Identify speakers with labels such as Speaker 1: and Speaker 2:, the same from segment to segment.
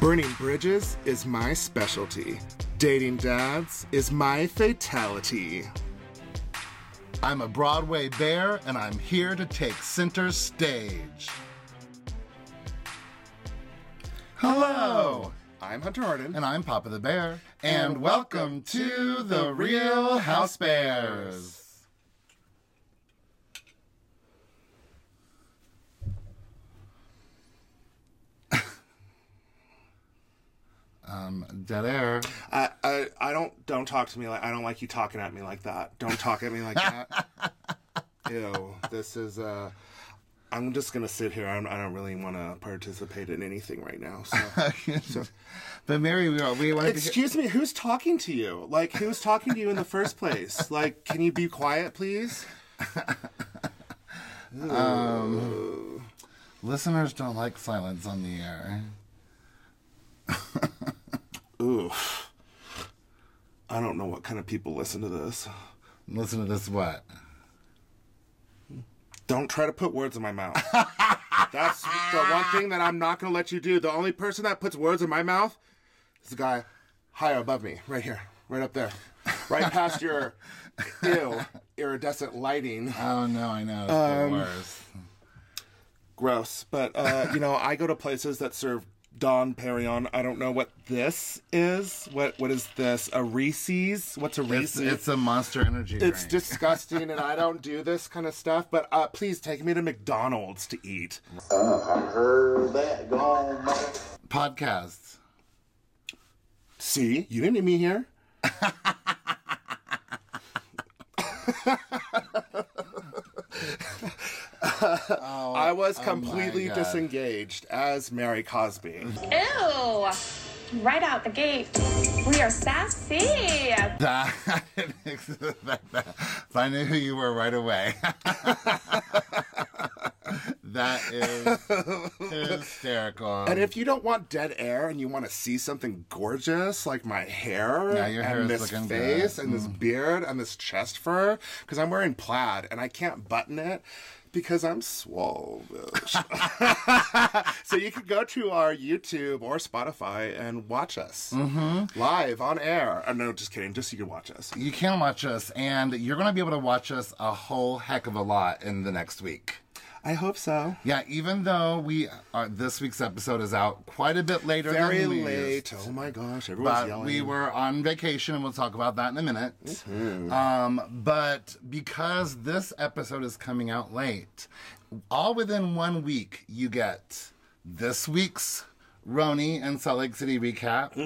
Speaker 1: Burning bridges is my specialty. Dating dads is my fatality. I'm a Broadway bear and I'm here to take center stage. Hello! I'm Hunter Arden. And I'm Papa the Bear. And welcome to The Real House Bears. um, dead air.
Speaker 2: I, I I don't don't talk to me like I don't like you talking at me like that. Don't talk at me like that. Ew. This is uh I'm just gonna sit here. I'm, I don't really want to participate in anything right now. So.
Speaker 1: but Mary, we, we wanted to.
Speaker 2: Excuse me. Who's talking to you? Like who's talking to you in the first place? Like, can you be quiet, please?
Speaker 1: Listeners don't like silence on the air.
Speaker 2: Ooh. I don't know what kind of people listen to this.
Speaker 1: Listen to this. What?
Speaker 2: Don't try to put words in my mouth. That's the one thing that I'm not going to let you do. The only person that puts words in my mouth is the guy higher above me, right here, right up there, right past your ew, iridescent lighting.
Speaker 1: Oh no, I know. It's
Speaker 2: Um,
Speaker 1: the worst.
Speaker 2: Gross. But, uh, you know, I go to places that serve Don Perignon. I don't know what this is. What What is this? A Reese's? What's a
Speaker 1: It's,
Speaker 2: Reese's?
Speaker 1: it's a monster energy
Speaker 2: It's
Speaker 1: drink.
Speaker 2: disgusting, and I don't do this kind of stuff. But uh, please take me to McDonald's to eat.
Speaker 3: Heard that gone back.
Speaker 1: podcasts.
Speaker 2: See, you didn't need me here. I was completely
Speaker 1: Oh, God.
Speaker 2: disengaged as Mary Cosby.
Speaker 4: Ew! Right out the gate, we are sassy.
Speaker 1: That, I didn't expect that. So I knew who you were right away. that is hysterical.
Speaker 2: And if you don't want dead air and you want to see something gorgeous like my hair
Speaker 1: Yeah, your hair
Speaker 2: and
Speaker 1: is
Speaker 2: this
Speaker 1: looking
Speaker 2: face
Speaker 1: good. Mm.
Speaker 2: and this beard and this chest fur, because I'm wearing plaid and I can't button it because I'm swole. bitch. so you can go to our YouTube or Spotify and watch us
Speaker 1: Mm-hmm.
Speaker 2: live on air. Oh, no, just kidding. Just so you can watch us.
Speaker 1: you can watch us, and you're going to be able to watch us a whole heck of a lot in the next week.
Speaker 2: I hope so.
Speaker 1: Yeah, even though we are, this week's episode is out quite a bit later
Speaker 2: Very
Speaker 1: than we used.
Speaker 2: late. Oh my gosh, everyone's
Speaker 1: but
Speaker 2: yelling.
Speaker 1: we were on vacation, and we'll talk about that in a minute. Um, but because this episode is coming out late, all within one week, you get this week's Roni and Salt Lake City recap,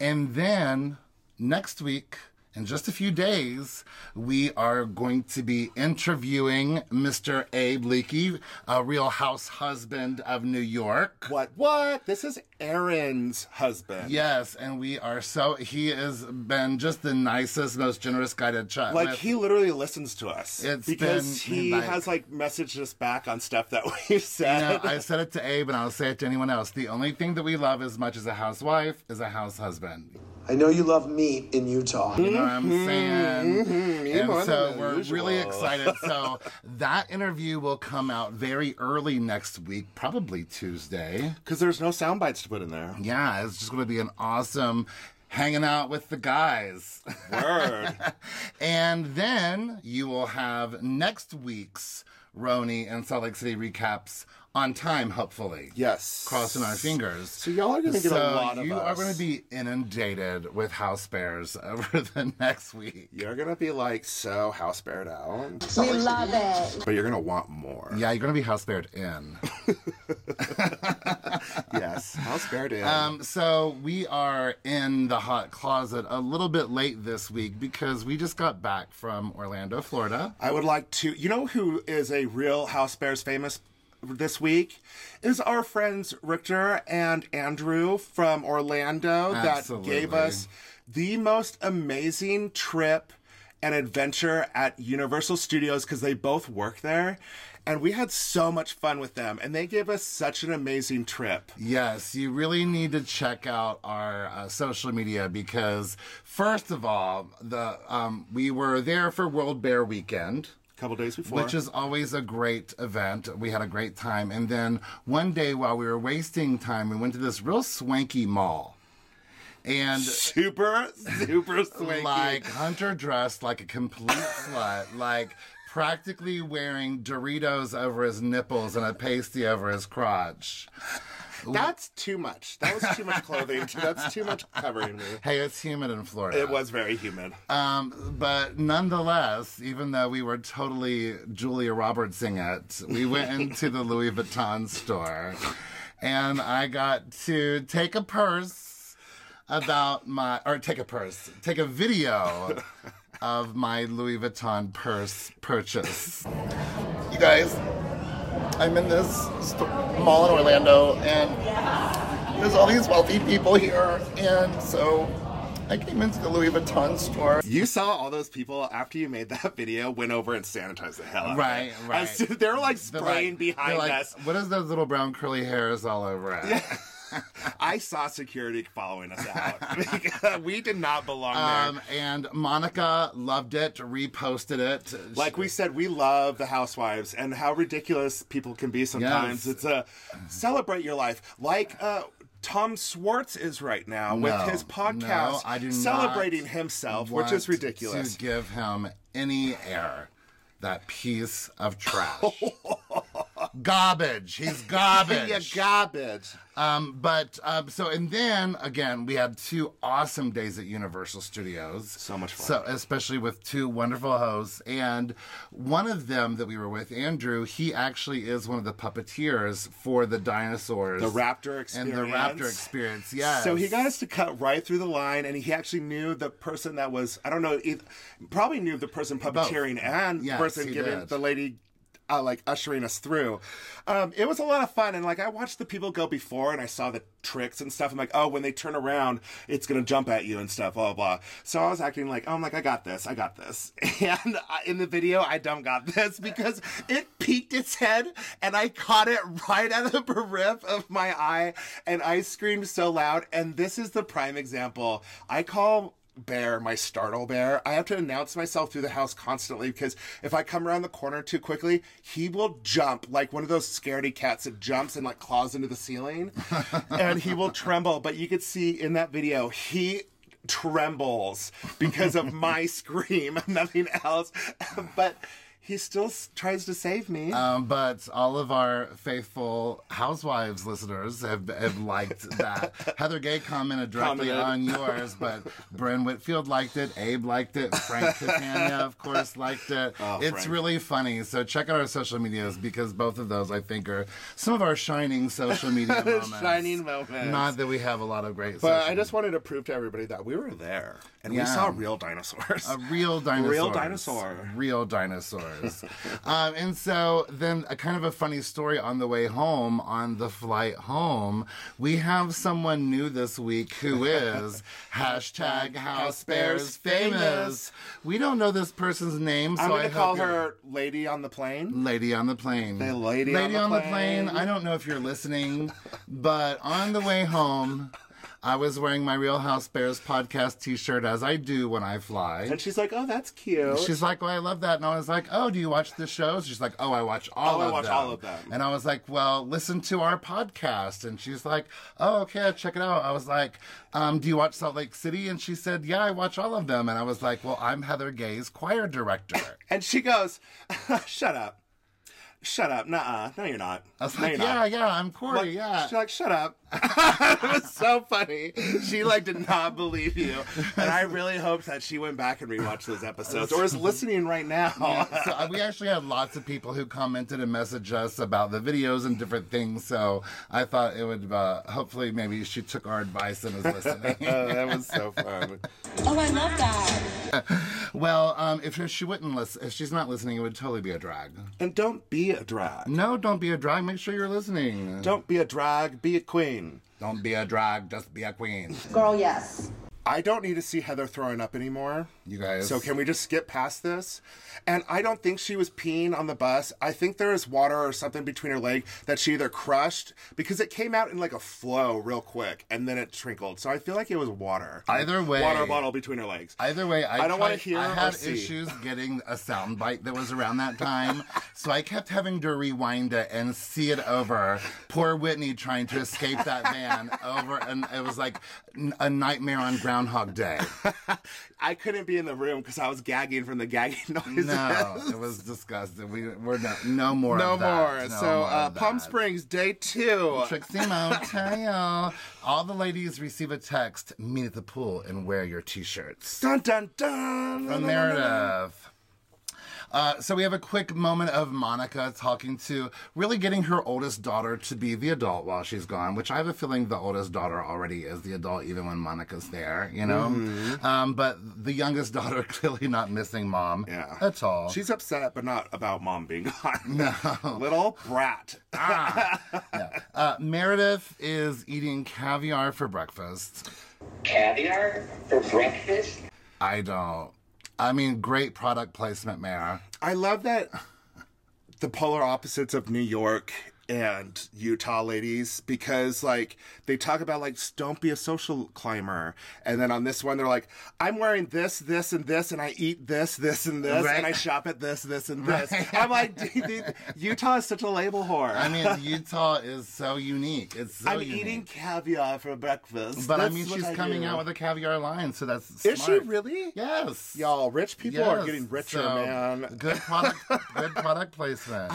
Speaker 1: and then next week. In just a few days, we are going to be interviewing Mr. Abe Leakey, a real house husband of New York.
Speaker 2: What? What? This is Aaron's husband.
Speaker 1: Yes, and we are so. He has been just the nicest, most generous guy to chat
Speaker 2: Like
Speaker 1: with.
Speaker 2: he literally listens to us
Speaker 1: It's
Speaker 2: because
Speaker 1: been,
Speaker 2: he
Speaker 1: like-
Speaker 2: has like messaged us back on stuff that we've
Speaker 1: You
Speaker 2: said.
Speaker 1: know, I said it to Abe, and I'll say it to anyone else. The only thing that we love as much as a housewife is a house husband.
Speaker 3: I know you love meat in Utah.
Speaker 1: You know what I'm saying?
Speaker 2: Mm-hmm, more
Speaker 1: And so
Speaker 2: than
Speaker 1: we're really
Speaker 2: usual.
Speaker 1: excited. So that interview will come out very early next week, probably Tuesday.
Speaker 2: Because there's no sound bites to put in there.
Speaker 1: Yeah, it's just going to be an awesome hanging out with the guys.
Speaker 2: Word.
Speaker 1: And then you will have next week's Roni and Salt Lake City recaps on time, hopefully.
Speaker 2: yes.
Speaker 1: Crossing our fingers.
Speaker 2: So y'all are gonna get a lot of
Speaker 1: you are
Speaker 2: us.
Speaker 1: going to be inundated with house bears over the next week.
Speaker 2: You're gonna be like so house bared out,
Speaker 5: We love it.
Speaker 2: but you're gonna want more.
Speaker 1: Yeah, you're going to be house bared in.
Speaker 2: Yes, house bared in.
Speaker 1: Um, so we are in the hot closet a little bit late this week because we just got back from Orlando, Florida.
Speaker 2: I would like to. You know who is a real House Bears famous this week? Is our friends Richter and Andrew from Orlando
Speaker 1: Absolutely.
Speaker 2: that gave us the most amazing trip and adventure at Universal Studios because they both work there. And we had so much fun with them, and they gave us such an amazing trip.
Speaker 1: Yes, you really need to check out our uh, social media because, first of all, the um, we were there for World Bear Weekend.
Speaker 2: couple days before.
Speaker 1: Which is always a great event. We had a great time. And then one day while we were wasting time, we went to this real swanky mall. And
Speaker 2: super, super swanky.
Speaker 1: like Hunter dressed like a complete slut, like practically wearing Doritos over his nipples and a pasty over his crotch.
Speaker 2: That's too much. That was too much clothing. That's too much covering me.
Speaker 1: Hey, it's humid in Florida.
Speaker 2: It was very humid.
Speaker 1: Um, but nonetheless, even though we were totally Julia Robertsing it, we went into the Louis Vuitton store and I got to take a purse about my, or take a purse, take a video of my Louis Vuitton purse purchase. You guys, I'm in this sto- mall in Orlando and there's all these wealthy people here. And so I came into the Louis Vuitton store
Speaker 2: You saw all those people after you made that video went over and sanitized the hell out. of it.
Speaker 1: Right, right.
Speaker 2: As- they were like
Speaker 1: They're
Speaker 2: spraying
Speaker 1: like-
Speaker 2: behind
Speaker 1: they're like,
Speaker 2: us.
Speaker 1: What is those little brown curly hairs all over it?
Speaker 2: I saw security following us out. we did not belong
Speaker 1: Um,
Speaker 2: there.
Speaker 1: and Monica loved it, reposted it.
Speaker 2: Like we said, we love the housewives and how ridiculous people can be sometimes.
Speaker 1: Yes.
Speaker 2: It's a celebrate your life, like uh, Tom Swartz is right now
Speaker 1: No,
Speaker 2: with his podcast
Speaker 1: no, I do not
Speaker 2: celebrating himself, which
Speaker 1: want
Speaker 2: is ridiculous.
Speaker 1: To give him any air, that piece of trash. garbage. He's garbage.
Speaker 2: Yeah, garbage.
Speaker 1: Um, but um, so and then again, we had two awesome days at Universal Studios. So
Speaker 2: much fun.
Speaker 1: So especially with two wonderful hosts, and one of them that we were with, Andrew, he actually is one of the puppeteers for the dinosaurs,
Speaker 2: The Raptor experience.
Speaker 1: and the Raptor Experience. Yes.
Speaker 2: So he got us to cut right through the line, and he actually knew the person that was, I don't know, eith- probably knew the person puppeteering and
Speaker 1: Yes,
Speaker 2: the person
Speaker 1: he
Speaker 2: giving
Speaker 1: did.
Speaker 2: the lady. Uh, like ushering us through. Um, it was a lot of fun. And like, I watched the people go before and I saw the tricks and stuff. I'm like, oh, when they turn around, it's going to jump at you and stuff, blah, blah, blah. So I was acting like, oh, I'm like, I got this. I got this. And I, in the video, I don't got this because it peeked its head and I caught it right out of the periphery of my eye and I screamed so loud. And this is the prime example. I call Bear my startle bear. I have to announce myself through the house constantly because if I come around the corner too quickly, he will jump like one of those scaredy cats that jumps and like claws into the ceiling and he will tremble. But you could see in that video, he trembles because of my scream, nothing else. but he still s- tries to save me.
Speaker 1: Um, but all of our faithful housewives listeners have, have liked that. Heather Gay commented directly
Speaker 2: Commented.
Speaker 1: on yours, but Bryn Whitfield liked it, Abe liked it, Frank Catania, of course, liked it. it's
Speaker 2: Oh, Frank.
Speaker 1: really funny. So check out our social medias because both of those, I think, are some of our shining social media moments.
Speaker 2: Shining moments.
Speaker 1: Not that we have a lot of great.
Speaker 2: but
Speaker 1: social
Speaker 2: I just wanted to prove to everybody that we were there and we
Speaker 1: Yeah.
Speaker 2: saw real dinosaurs.
Speaker 1: A real dinosaur.
Speaker 2: dinosaur.
Speaker 1: Real dinosaurs. um, and so then a kind of a funny story on the way home, on the flight home, we have someone new this week who is hashtag house bears famous. We don't know this person's name, so
Speaker 2: I'm
Speaker 1: I
Speaker 2: going to
Speaker 1: hope
Speaker 2: call
Speaker 1: you're- Mm.
Speaker 2: her Lady on the Plane.
Speaker 1: Lady on the plane.
Speaker 2: The lady on the
Speaker 1: on
Speaker 2: plane.
Speaker 1: I don't know if you're listening, but on the way home, I was wearing my Real House Bears podcast T-shirt as I do when I fly.
Speaker 2: And she's like, "Oh, that's cute."
Speaker 1: She's like, "Well, I love that," and I was like, "Oh, do you watch the shows?" She's like, "Oh, I watch all
Speaker 2: Oh, I
Speaker 1: of
Speaker 2: watch
Speaker 1: them."
Speaker 2: all of them.
Speaker 1: And I was like, "Well, listen to our podcast." And she's like, "Oh, okay, I'll check it out." I was like, um, "Do you watch Salt Lake City?" And she said, "Yeah, I watch all of them." And I was like, "Well, I'm Heather Gay's choir director."
Speaker 2: and she goes, "Shut up, shut up, nah, no, you're not.
Speaker 1: I was
Speaker 2: no,
Speaker 1: like,
Speaker 2: you're
Speaker 1: "Yeah,
Speaker 2: not."
Speaker 1: yeah, I'm Corey.
Speaker 2: Like,
Speaker 1: yeah."
Speaker 2: She's like, "Shut up." it was so funny. She like did not believe you, and I really hope that she went back and rewatched those episodes, or is listening right now.
Speaker 1: so uh, we actually had lots of people who commented and messaged us about the videos and different things. So I thought it would uh, hopefully maybe she took our advice and is listening.
Speaker 2: Oh, that was so fun.
Speaker 4: Oh, I love that.
Speaker 1: Well, um, if she wouldn't listen, if she's not listening, it would totally be a drag.
Speaker 2: And don't be a drag.
Speaker 1: No, don't be a drag. Make sure you're listening.
Speaker 2: Don't be a drag. Be a queen.
Speaker 1: Don't be a drag. Just be a queen.
Speaker 5: Girl, yes.
Speaker 2: I don't need to see Heather throwing up anymore.
Speaker 1: you guys.
Speaker 2: So can we just skip past this? And I don't think she was peeing on the bus. I think there is water or something between her leg that she either crushed because it came out in like a flow real quick and then it trickled. So I feel like it was water.
Speaker 1: Either way-
Speaker 2: water bottle between her legs.
Speaker 1: Either way, I,
Speaker 2: I don't wanna
Speaker 1: tried-
Speaker 2: hear
Speaker 1: I
Speaker 2: or
Speaker 1: had
Speaker 2: see.
Speaker 1: issues getting a sound bite that was around that time, so I kept having to rewind it and see it over. Poor Whitney trying to escape that van over, and it was like n- a nightmare on Groundhog Day.
Speaker 2: I couldn't be in the room because I was gagging from the gagging noises.
Speaker 1: No, it was disgusting. We we're no, no more.
Speaker 2: No
Speaker 1: of that.
Speaker 2: more.
Speaker 1: No
Speaker 2: so
Speaker 1: more
Speaker 2: uh,
Speaker 1: of
Speaker 2: Palm
Speaker 1: that.
Speaker 2: Springs, day two.
Speaker 1: Trixie Motel. All the ladies receive a text. Meet at the pool and wear your t-shirts.
Speaker 2: Dun dun dun.
Speaker 1: from narrative. Uh, so we have a quick moment of Monica talking to, really getting her oldest daughter to be the adult while she's gone, which I have a feeling the oldest daughter already is the adult even when Monica's there, you know? Um, but the youngest daughter clearly not missing mom
Speaker 2: Yeah.
Speaker 1: at all.
Speaker 2: She's upset, but not about mom being gone. No. Little brat.
Speaker 1: Yeah. Uh, Meredith is eating caviar for breakfast.
Speaker 5: Caviar for breakfast?
Speaker 1: I don't. I mean, great product placement, Mara.
Speaker 2: I love that the polar opposites of New York and Utah ladies because like they talk about like "S- don't be a social climber and then on this one they're like I'm wearing this this and this and I eat this this and this
Speaker 1: Right.
Speaker 2: and I shop at this this and this I'm like dude, dude, Utah is such a label whore
Speaker 1: I mean, Utah is so unique. It's so
Speaker 2: I'm
Speaker 1: unique.
Speaker 2: eating caviar for breakfast
Speaker 1: But
Speaker 2: That's
Speaker 1: I mean,
Speaker 2: what
Speaker 1: she's
Speaker 2: I
Speaker 1: coming
Speaker 2: do.
Speaker 1: out with a caviar line, so that's
Speaker 2: is she
Speaker 1: smart.
Speaker 2: really
Speaker 1: Yes,
Speaker 2: y'all rich people are
Speaker 1: Yes.
Speaker 2: getting richer
Speaker 1: So,
Speaker 2: man
Speaker 1: Good product, good product placement.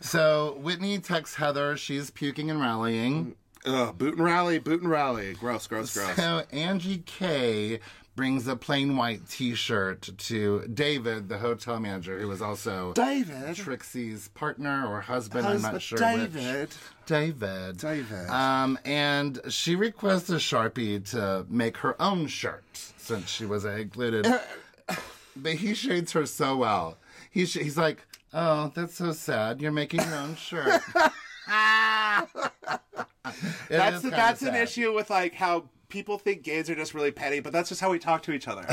Speaker 1: so Whitney texts Heather. She's puking and rallying.
Speaker 2: Ugh, boot and rally boot and rally gross gross Mm, gross
Speaker 1: So Angie K brings a plain white T-shirt to David, the hotel manager, who was also
Speaker 2: David
Speaker 1: Trixie's partner or husband. I'm not
Speaker 2: Husband-
Speaker 1: sure. Which.
Speaker 2: David.
Speaker 1: David.
Speaker 2: David.
Speaker 1: Um, and she requests a Sharpie to make her own shirt since she was included. but he shades her so well. He sh- he's like, oh, that's so sad. You're making your own shirt.
Speaker 2: That's that's an issue with like how people think gays are just really petty, but that's just how we talk to each other.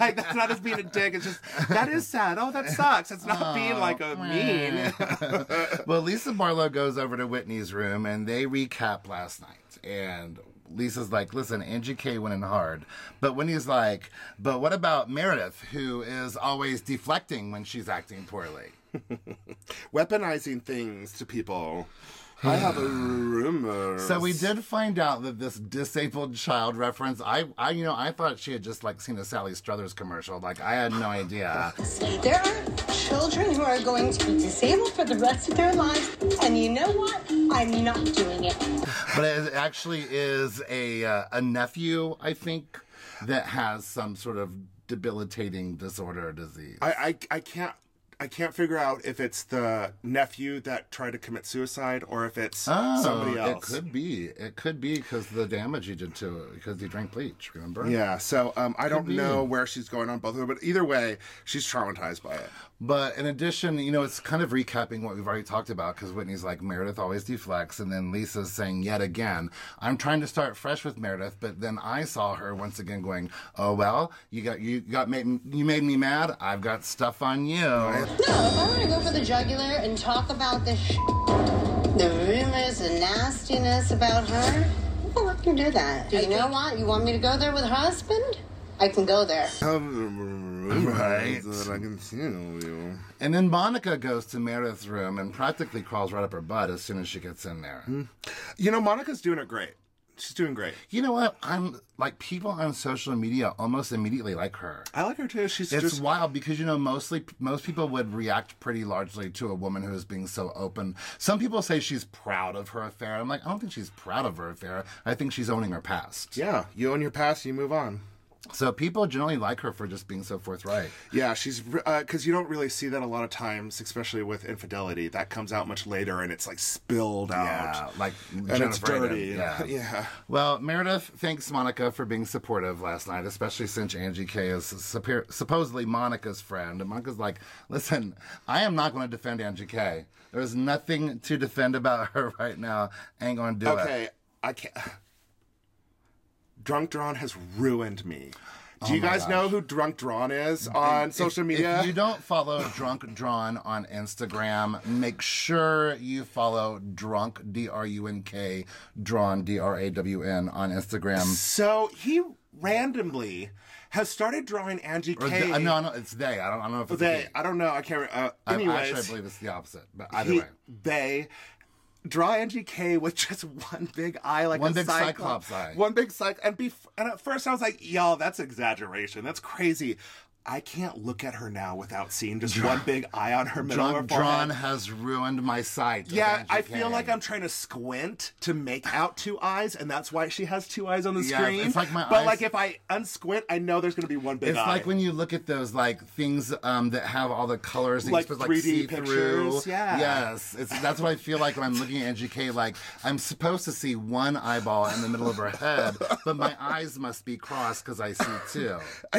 Speaker 2: like that's not just being a dick. It's just that is sad. Oh, that sucks. It's not being like a mean.
Speaker 1: well, Lisa Barlow goes over to Whitney's room and they recap last night. And Lisa's like, listen, Angie K went in hard. But Whitney's like, but what about Meredith, who is always deflecting when she's acting poorly?
Speaker 2: Weaponizing things to people. I have a rumor.
Speaker 1: So we did find out that this disabled child reference, I, I, you know, I thought she had just like seen a Sally Struthers commercial. Like I had no idea.
Speaker 6: There are children who are going to be disabled for the rest of their lives, and you know what? I'm not doing it.
Speaker 1: but it actually is a uh, a nephew, I think, that has some sort of debilitating disorder or disease.
Speaker 2: I, I I can't. I can't figure out if it's the nephew that tried to commit suicide or if it's somebody
Speaker 1: Oh, it
Speaker 2: else.
Speaker 1: could be. It could be because the damage he did to it because he drank bleach. Remember?
Speaker 2: Yeah, so um, I don't
Speaker 1: be.
Speaker 2: know where she's going on both of them, but either way, she's traumatized by it.
Speaker 1: But in addition, you know, it's kind of recapping what we've already talked about because Whitney's like, Meredith always deflects. And then Lisa's saying, yet again, I'm trying to start fresh with Meredith. But then I saw her once again going, oh, well, you got, you got, made, you made me mad. I've got stuff on you.
Speaker 6: No, if I want to go for the jugular and talk about this, sh- the rumors and nastiness about her, well, I can do that. Do you know what? You want me to go there with her husband? I can go there.
Speaker 1: Right.
Speaker 2: That I can see you.
Speaker 1: And then Monica goes to Meredith's room and practically crawls right up her butt as soon as she gets in
Speaker 2: Hmm.
Speaker 1: there.
Speaker 2: You know, Monica's doing it great. She's doing great.
Speaker 1: You know what? I'm like, people on social media almost immediately like her.
Speaker 2: I like her too. She's
Speaker 1: It's
Speaker 2: just
Speaker 1: wild because you know mostly most people would react pretty largely to a woman who is being so open. Some people say she's proud of her affair. I'm like, I don't think she's proud of her affair. I think she's owning her past.
Speaker 2: yeah. You own your past, you move on.
Speaker 1: So people generally like her for just being so forthright.
Speaker 2: Yeah, she's because you don't really see that a lot of times, especially with infidelity. That comes out much later, and it's like spilled out.
Speaker 1: Uh, like
Speaker 2: and it's
Speaker 1: Jennifer Aniston.
Speaker 2: dirty.
Speaker 1: Yeah.
Speaker 2: yeah.
Speaker 1: Well, Meredith thanks Monica for being supportive last night, especially since Angie K is supper- supposedly Monica's friend. And Monica's like, listen, I am not going to defend Angie K. There's nothing to defend about her right now. Ain't going to do it.
Speaker 2: Okay, I can't. Drunk Drawn has ruined me. Do you
Speaker 1: Oh my
Speaker 2: guys
Speaker 1: gosh.
Speaker 2: know who Drunk Drawn is on social
Speaker 1: If-
Speaker 2: media?
Speaker 1: If you don't follow Drunk Drawn on Instagram, make sure you follow Drunk D R U N K Drawn D R A W N on Instagram.
Speaker 2: so he randomly has started drawing Angie
Speaker 1: Or
Speaker 2: K.
Speaker 1: the- uh, no, no, it's they. I don't, I don't know if it's
Speaker 2: they,
Speaker 1: he.
Speaker 2: I don't know. I can't. re- Uh,
Speaker 1: I-
Speaker 2: anyways,
Speaker 1: actually, I believe it's the opposite. But either
Speaker 2: he-
Speaker 1: way,
Speaker 2: they draw NGK with just one big eye, like
Speaker 1: One
Speaker 2: a
Speaker 1: big
Speaker 2: cyclops,
Speaker 1: cyclops eye.
Speaker 2: one big cyclops. And, bef- and at first, I was like, "Y'all, that's exaggeration. That's crazy." I can't look at her now without seeing just one big eye on her middle
Speaker 1: Drunk
Speaker 2: of her forehead.
Speaker 1: Drawn has ruined my sight. of
Speaker 2: Yeah, I
Speaker 1: Angie
Speaker 2: feel
Speaker 1: K.
Speaker 2: like I'm trying to squint to make out two eyes, and that's why she has two eyes on the
Speaker 1: Yeah,
Speaker 2: screen.
Speaker 1: it's like my
Speaker 2: but
Speaker 1: eyes-
Speaker 2: like if I unsquint, I know there's gonna be one big
Speaker 1: It's
Speaker 2: eye.
Speaker 1: like when you look at those like things um, that have all the colors, that
Speaker 2: Like
Speaker 1: you're supposed to,
Speaker 2: 3D
Speaker 1: see through.
Speaker 2: pictures, yeah.
Speaker 1: Yes, it's, that's what I feel like when I'm looking at NGK. Like I'm supposed to see one eyeball in the middle of her head, but my eyes must be crossed because I see two.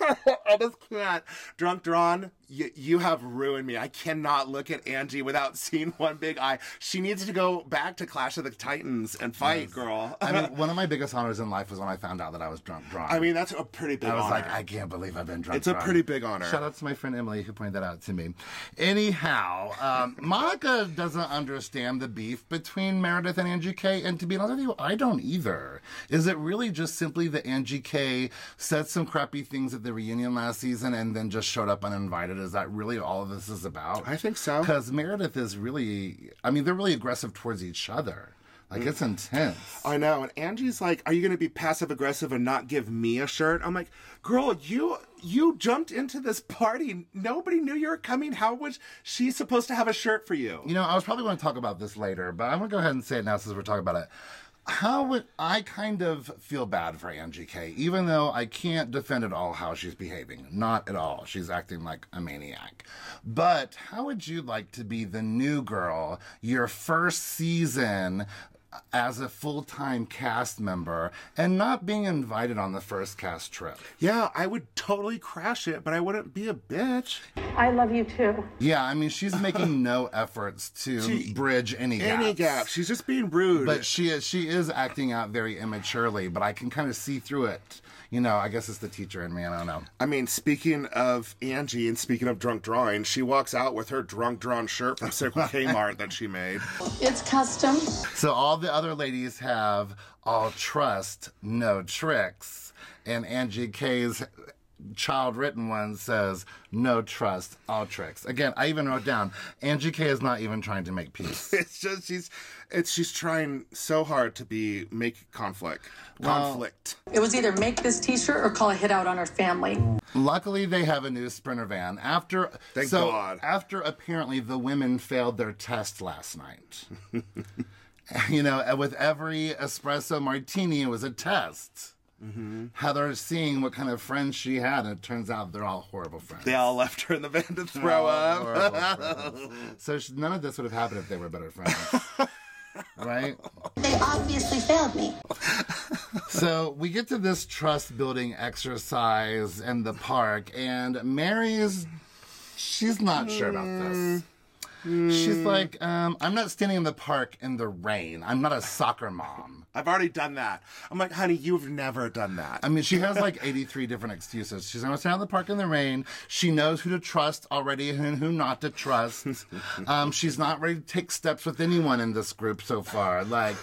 Speaker 2: I just can't. Drunk Drawn, you, you have ruined me. I cannot look at Angie without seeing one big eye. She needs to go back to Clash of the Titans and fight, girl.
Speaker 1: I mean, one of my biggest honors in life was when I found out that I was drunk drawn.
Speaker 2: I mean, that's a pretty big
Speaker 1: I was
Speaker 2: honor.
Speaker 1: like, I can't believe I've been drunk.
Speaker 2: It's a
Speaker 1: drunk.
Speaker 2: pretty big honor.
Speaker 1: Shout out to my friend Emily who pointed that out to me. Anyhow, um, Monica doesn't understand the beef between Meredith and Angie K. And to be honest with you, I don't either. Is it really just simply that Angie K. said some crappy things at the reunion last season and then just showed up uninvited? Is that really all this is about?
Speaker 2: I think so.
Speaker 1: Because Meredith is really, I mean, they're really aggressive towards each other. Like,
Speaker 2: Mm.
Speaker 1: it's intense.
Speaker 2: I know. And Angie's like, "Are you going to be passive aggressive and not give me a shirt?" I'm like, "Girl, you you jumped into this party. Nobody knew you were coming. How was she supposed to have a shirt for you?"
Speaker 1: You know, I was probably going to talk about this later, but I'm going to go ahead and say it now since we're talking about it. How would I kind of feel bad for Angie K, even though I can't defend at all how she's behaving? Not at all. She's acting like a maniac. But how would you like to be the new girl, your first season as a full time cast member, and not being invited on the first cast trip?
Speaker 2: Yeah, I would totally crash it, but I wouldn't be a bitch.
Speaker 4: I love you too.
Speaker 1: Yeah, I mean, she's making no efforts to
Speaker 2: She-
Speaker 1: bridge any gaps.
Speaker 2: Any gap. She's just being rude.
Speaker 1: But she is she is acting out very immaturely, but I can kind of see through it. You know, I guess it's the teacher in me. I don't know.
Speaker 2: I mean, speaking of Angie and speaking of drunk drawing, she walks out with her drunk drawn shirt from Circle Kmart that she made.
Speaker 6: It's custom.
Speaker 1: So all the other ladies have all trust, no tricks, and Angie K's child written one says no trust, all tricks. Again, I even wrote down Angie K is not even trying to make peace.
Speaker 2: It's just she's it's she's trying so hard to be make conflict. Conflict.
Speaker 7: It was either make this t-shirt or call a hit out on her family.
Speaker 1: Luckily, they have a new sprinter van. After
Speaker 2: Thank
Speaker 1: so
Speaker 2: God.
Speaker 1: after apparently the women failed their test last night. you know, and with every espresso martini, it was a test.
Speaker 2: Mm-hmm.
Speaker 1: Heather seeing what kind of friends she had, and it turns out they're all horrible friends.
Speaker 2: they all left her in the van to throw
Speaker 1: All
Speaker 2: up.
Speaker 1: horrible friends. So sh- none of this would have happened if they were better friends, right?
Speaker 6: They obviously failed me.
Speaker 1: So we get to this trust building exercise in the park, and Mary's she's not sure about this. She's like, um, I'm not standing in the park in the rain. I'm not a soccer mom.
Speaker 2: I've already done that. I'm like, honey, you've never done that.
Speaker 1: I mean, she has like 83 different excuses. She's going to stand in the park in the rain. She knows who to trust already and who not to trust. Um, she's not ready to take steps with anyone in this group so far. Like,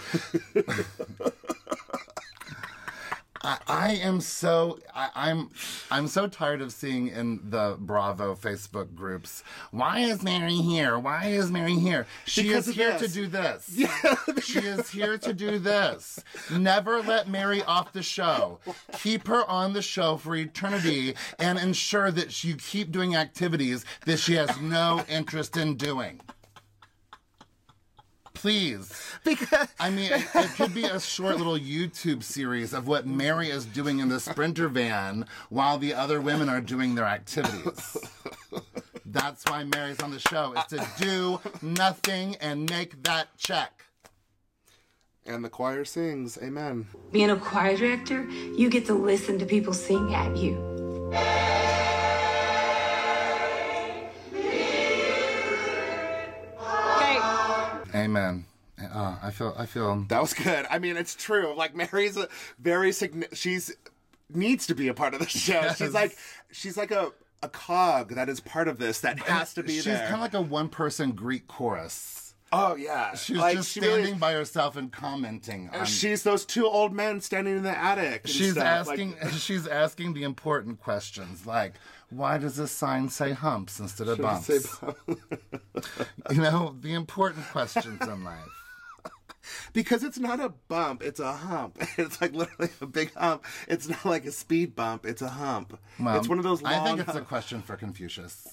Speaker 1: I, I am so I, I'm I'm so tired of seeing in the Bravo Facebook groups. Why is Mary here? Why is Mary here? She
Speaker 2: Because
Speaker 1: is
Speaker 2: of
Speaker 1: here to
Speaker 2: this.
Speaker 1: do this. she is here to do this. Never let Mary off the show. Keep her on the show for eternity and ensure that she- you keep doing activities that she has no interest in doing. Please.
Speaker 2: because
Speaker 1: I mean, it, it could be a short little YouTube series of what Mary is doing in the sprinter van while the other women are doing their activities. That's why Mary's on the show, is to do nothing and make that check.
Speaker 2: And the choir sings, Amen.
Speaker 8: Being a choir director, you get to listen to people sing at you.
Speaker 1: Amen. Uh, I feel, I feel,
Speaker 2: That was good. I mean, it's true. Like Mary's a very signi- she's needs to be a part of the show. She's
Speaker 1: Yes.
Speaker 2: like she's like a a cog that is part of this that has to be
Speaker 1: She's
Speaker 2: there.
Speaker 1: kind of like a one person Greek chorus.
Speaker 2: oh yeah,
Speaker 1: She's
Speaker 2: Like,
Speaker 1: just
Speaker 2: she really-
Speaker 1: standing by herself and commenting on.
Speaker 2: She's those two old men standing in the attic. and
Speaker 1: she's
Speaker 2: stuff, like- uh,
Speaker 1: asking. she's asking the important questions, like why does this sign say humps instead of bumps?
Speaker 2: Say,
Speaker 1: you know the important questions in life.
Speaker 2: because it's not a bump, it's a hump. It's like literally a big hump. It's not like a speed bump, it's a hump.
Speaker 1: Well,
Speaker 2: it's one of those long
Speaker 1: Um, I think it's a
Speaker 2: hump-
Speaker 1: question for Confucius.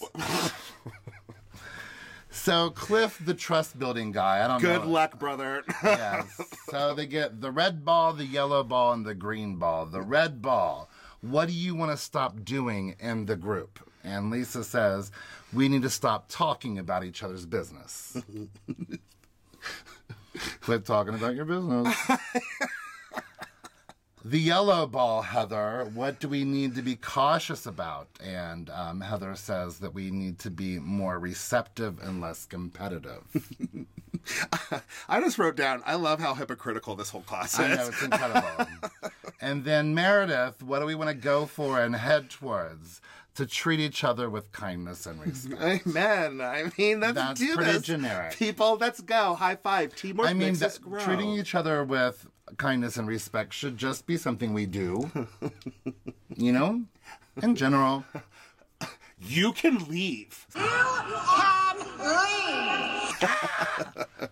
Speaker 1: so Cliff, the trust building guy. I don't know.
Speaker 2: Good luck, brother.
Speaker 1: Yes. So they get the red ball, the yellow ball, and the green ball. The red ball. What do you want to stop doing in the group? And Lisa says, we need to stop talking about each other's business. Quit talking about your business. the yellow ball, Heather, what do we need to be cautious about? And um, Heather says that we need to be more receptive and less competitive.
Speaker 2: I just wrote down, I love how hypocritical this whole class is.
Speaker 1: I know, it's incredible. and then Meredith, what do we want to go for and head towards? To treat each other with kindness and respect.
Speaker 2: Amen. I mean, let's
Speaker 1: That's
Speaker 2: do
Speaker 1: pretty
Speaker 2: this.
Speaker 1: generic.
Speaker 2: People, let's go. High five. Teamwork
Speaker 1: I mean,
Speaker 2: makes us
Speaker 1: that,
Speaker 2: grow.
Speaker 1: treating each other with kindness and respect should just be something we do. you know? In general.
Speaker 2: you can leave.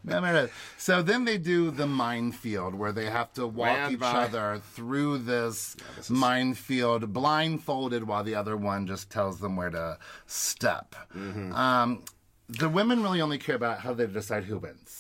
Speaker 1: No, Meredith. So then they do the minefield where they have to walk
Speaker 2: Ran
Speaker 1: each
Speaker 2: by.
Speaker 1: other through this, minefield blindfolded while the other one just tells them where to step. Um, the women really only care about how they decide who wins.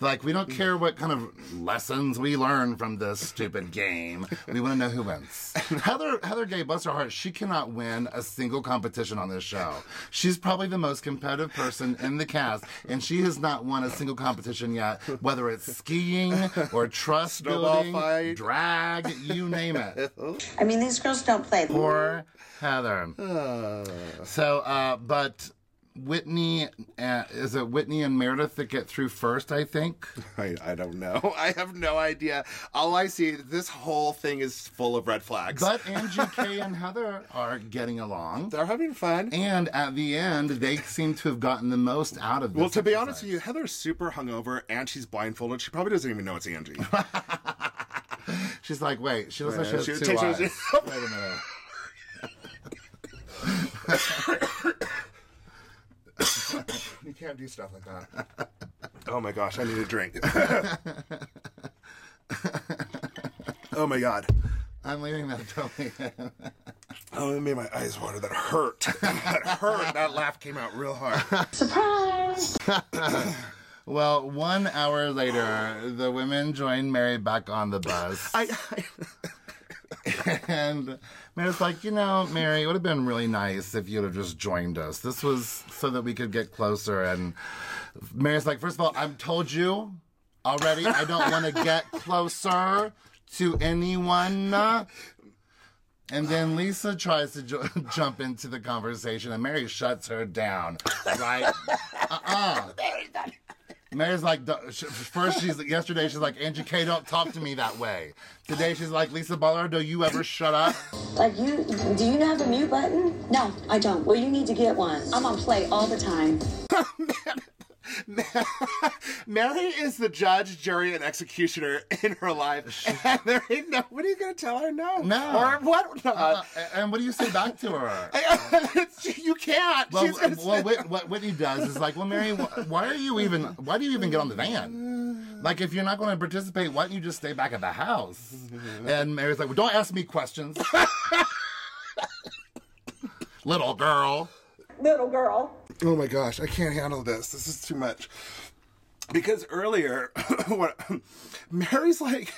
Speaker 1: Like, we
Speaker 2: Mm.
Speaker 1: don't care what kind of lessons we learn from this stupid game. We want to know who wins. Heather, Heather Gay, bless her heart, she cannot win a single competition on this show. She's probably the most competitive person in the cast, and she has not won a single competition yet, whether it's skiing or trust
Speaker 2: Snowball
Speaker 1: building,
Speaker 2: fight.
Speaker 1: drag, you name it.
Speaker 6: I mean, these girls don't play.
Speaker 1: Poor Heather.
Speaker 2: Ah.
Speaker 1: So, uh, but Whitney, uh, is it Whitney and Meredith that get through first, I think?
Speaker 2: I, I don't know. I have no idea. All I see, this whole thing is full of red flags.
Speaker 1: But Angie K and Heather are getting along.
Speaker 2: they're having fun.
Speaker 1: And at the end, they seem to have gotten the most out of this.
Speaker 2: Well, to be honest
Speaker 1: exercise.
Speaker 2: with you, Heather's super hungover and she's blindfolded. She probably doesn't even know it's Angie.
Speaker 1: she's like, wait, she looks like she
Speaker 2: Yeah,
Speaker 1: has
Speaker 2: she-
Speaker 1: two
Speaker 2: she- she-
Speaker 1: eyes.
Speaker 2: she-
Speaker 1: wait a minute.
Speaker 2: you can't do stuff like that. oh my gosh, I need a drink. oh my god.
Speaker 1: I'm leaving that totally. in.
Speaker 2: Oh, it made my eyes water. That hurt. that hurt. That laugh came out real hard.
Speaker 6: Surprise!
Speaker 1: well, one hour later, the women join Mary back on the bus.
Speaker 2: I, I,
Speaker 1: and Mary's like, you know, Mary, it would have been really nice if you'd have just joined us. This was so that we could get closer. And Mary's like, first of all, I've told you already, I don't want to get closer to anyone. And then Lisa tries to jo- jump into the conversation, and Mary shuts her down. Right? Mary's like, "Duh," sh- first she's yesterday she's like, Angie K, don't talk to me that way. Today she's like, Lisa Ballard, do you ever shut up?
Speaker 6: Like you, do you have a mute button? No, I don't. Well, you need to get one. I'm on play all the time.
Speaker 2: Mary is the judge, jury, and executioner in her life, and there ain't nobody gonna tell her no, Uh-huh.
Speaker 1: No.
Speaker 2: or what not.
Speaker 1: A- and what do you say back to her?
Speaker 2: It's- you can't.
Speaker 1: Well,
Speaker 2: She's gonna
Speaker 1: well
Speaker 2: say-
Speaker 1: Whit- what Whitney does is like, well, Mary, wh- why are you even? Why do you even get on the van? Like, if you're not going to participate, why don't you just stay back at the house? And Mary's like, well, don't ask me questions, little girl.
Speaker 6: Little girl.
Speaker 2: oh my gosh, I can't handle this. This is too much. Because earlier, what, Mary's like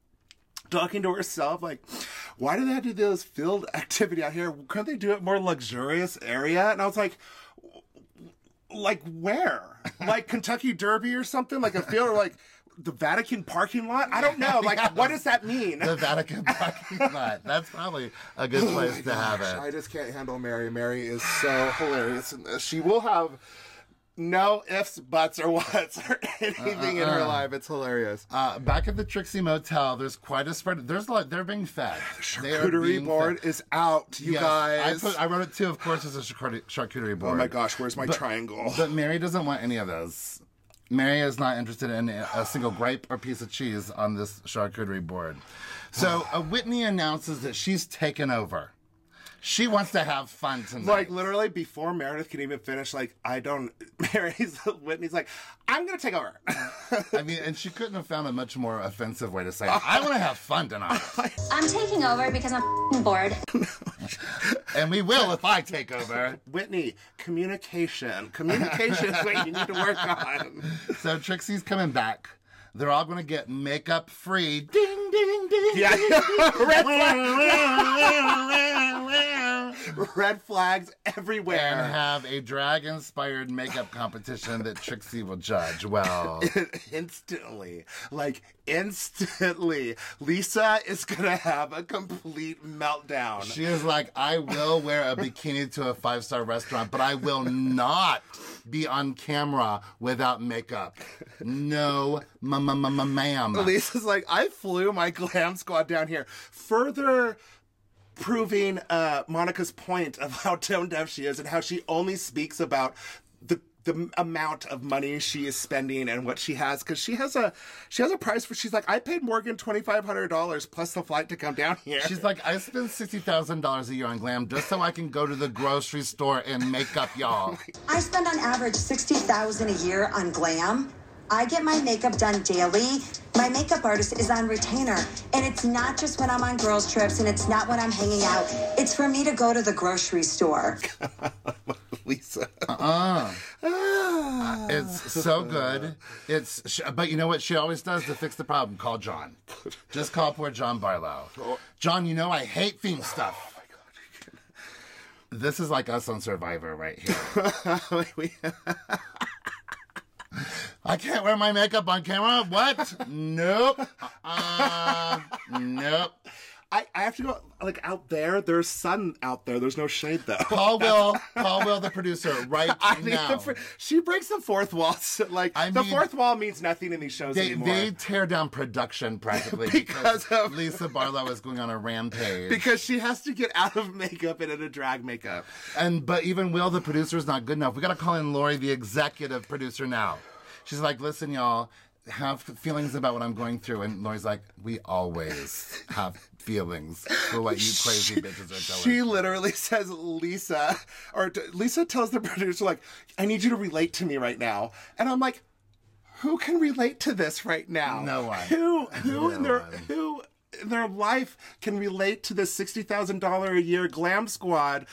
Speaker 2: talking to herself, like, why do they have to do this field activity out here? Couldn't they do it more luxurious area? And I was like, like where? Like Kentucky Derby or something? Like a field or like the Vatican parking lot? I don't know. Like, what does that mean?
Speaker 1: The Vatican parking lot. That's probably a good place to have
Speaker 2: Oh Gosh, I
Speaker 1: it.
Speaker 2: just can't handle Mary. Mary is so hilarious in this. She will have no ifs, buts, or whats or anything in her life. It's hilarious.
Speaker 1: Uh, back at the Trixie Motel, there's quite a spread. There's like they're being fed. They are
Speaker 2: Charcuterie
Speaker 1: being
Speaker 2: board
Speaker 1: fed.
Speaker 2: is out, you
Speaker 1: Yes,
Speaker 2: guys.
Speaker 1: I, put, I wrote it too. Of course, it's a charcuterie charcuterie board.
Speaker 2: oh my gosh, where's my triangle?
Speaker 1: But Mary doesn't want any of those. Mary is not interested in a single gripe or piece of cheese on this charcuterie board. So uh, Whitney announces that she's taken over. She wants to have fun tonight.
Speaker 2: Like literally before Meredith can even finish, like I don't. Mary's Whitney's like, I'm gonna take over.
Speaker 1: I mean, and she couldn't have found a much more offensive way to say, it. I want to have fun tonight.
Speaker 4: I'm taking over because I'm f***ing bored.
Speaker 1: and we will if I take over.
Speaker 2: Whitney, communication, communication is what you need to work on.
Speaker 1: So Trixie's coming back. They're all going to get makeup free. Ding, ding, ding.
Speaker 2: Yeah, red, flag- red flags
Speaker 1: And
Speaker 2: everywhere.
Speaker 1: have a drag inspired makeup competition that Trixie will judge. Well,
Speaker 2: instantly, like instantly, Lisa is gonna have a complete meltdown.
Speaker 1: she is like, I will wear a bikini to a five star restaurant, but I will not be on camera without makeup. No, ma ma ma ma ma'am.
Speaker 2: Lisa's like, I flew my glam squad down here, further proving uh, Monica's point of how tone deaf she is and how she only speaks about the the amount of money she is spending and what she has because she has a she has a price for she's like I paid Morgan twenty five hundred dollars plus the flight to come down here.
Speaker 1: She's like, I spend sixty thousand dollars a year on glam just so I can go to the grocery store and make up, y'all.
Speaker 9: I spend on average 60,000 a year on glam. I get my makeup done daily. My makeup artist is on retainer, and it's not just when I'm on girls trips and it's not when I'm hanging out. It's for me to go to the grocery store.
Speaker 2: Lisa.
Speaker 1: Uh-uh.
Speaker 2: Ah.
Speaker 1: It's so good. It's sh- but you know what she always does to fix the problem? Call John. Just call poor John Barlow. John, you know I hate theme stuff. This is like us on Survivor right here.
Speaker 2: We-
Speaker 1: I can't wear my makeup on camera. What? nope. Uh, nope.
Speaker 2: I, I have to go like out there. There's sun out there. There's no shade though.
Speaker 1: Call Will. Call Will, the producer, right
Speaker 2: I mean,
Speaker 1: now.
Speaker 2: the fr- she breaks the fourth wall. So, like
Speaker 1: I
Speaker 2: the
Speaker 1: mean-
Speaker 2: fourth wall means nothing in these shows
Speaker 1: They,
Speaker 2: anymore.
Speaker 1: they tear down production practically
Speaker 2: Because of-
Speaker 1: Lisa Barlow is going on a rampage.
Speaker 2: because she has to get out of makeup and into drag makeup.
Speaker 1: and but even Will, the producer, is not good enough. We got to call in Lori, the executive producer, now. She's like, "Listen, y'all, have feelings about what I'm going through." And Lori's like, "We always have feelings for what you crazy bitches are
Speaker 2: She
Speaker 1: doing."
Speaker 2: literally says, "Lisa," or t- Lisa tells the producer, "Like, I need you to relate to me right now." And I'm like, "Who can relate to this right now?
Speaker 1: No one.
Speaker 2: Who? Who in their
Speaker 1: one.
Speaker 2: who?" In their life, can relate to this sixty thousand dollar a year glam squad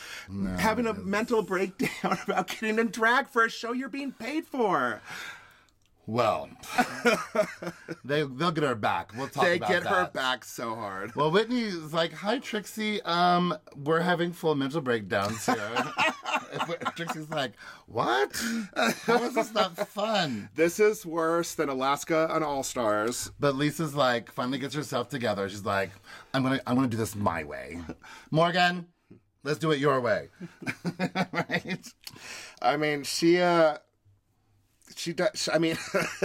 Speaker 2: having a mental breakdown about getting in drag for a show you're being paid for.
Speaker 1: well, they they'll get her back. We'll talk.
Speaker 2: they
Speaker 1: about
Speaker 2: get her
Speaker 1: that.
Speaker 2: back so hard.
Speaker 1: Well, Whitney's like, "Hi, Trixie. Um, we're having full mental breakdowns here." Trixie's like, "What? How is this not fun?"
Speaker 2: This is worse than Alaska on All Stars.
Speaker 1: But Lisa's like finally gets herself together. She's like, I'm gonna I'm gonna do this my way. Morgan, let's do it your way. right?
Speaker 2: I mean, she uh she does I mean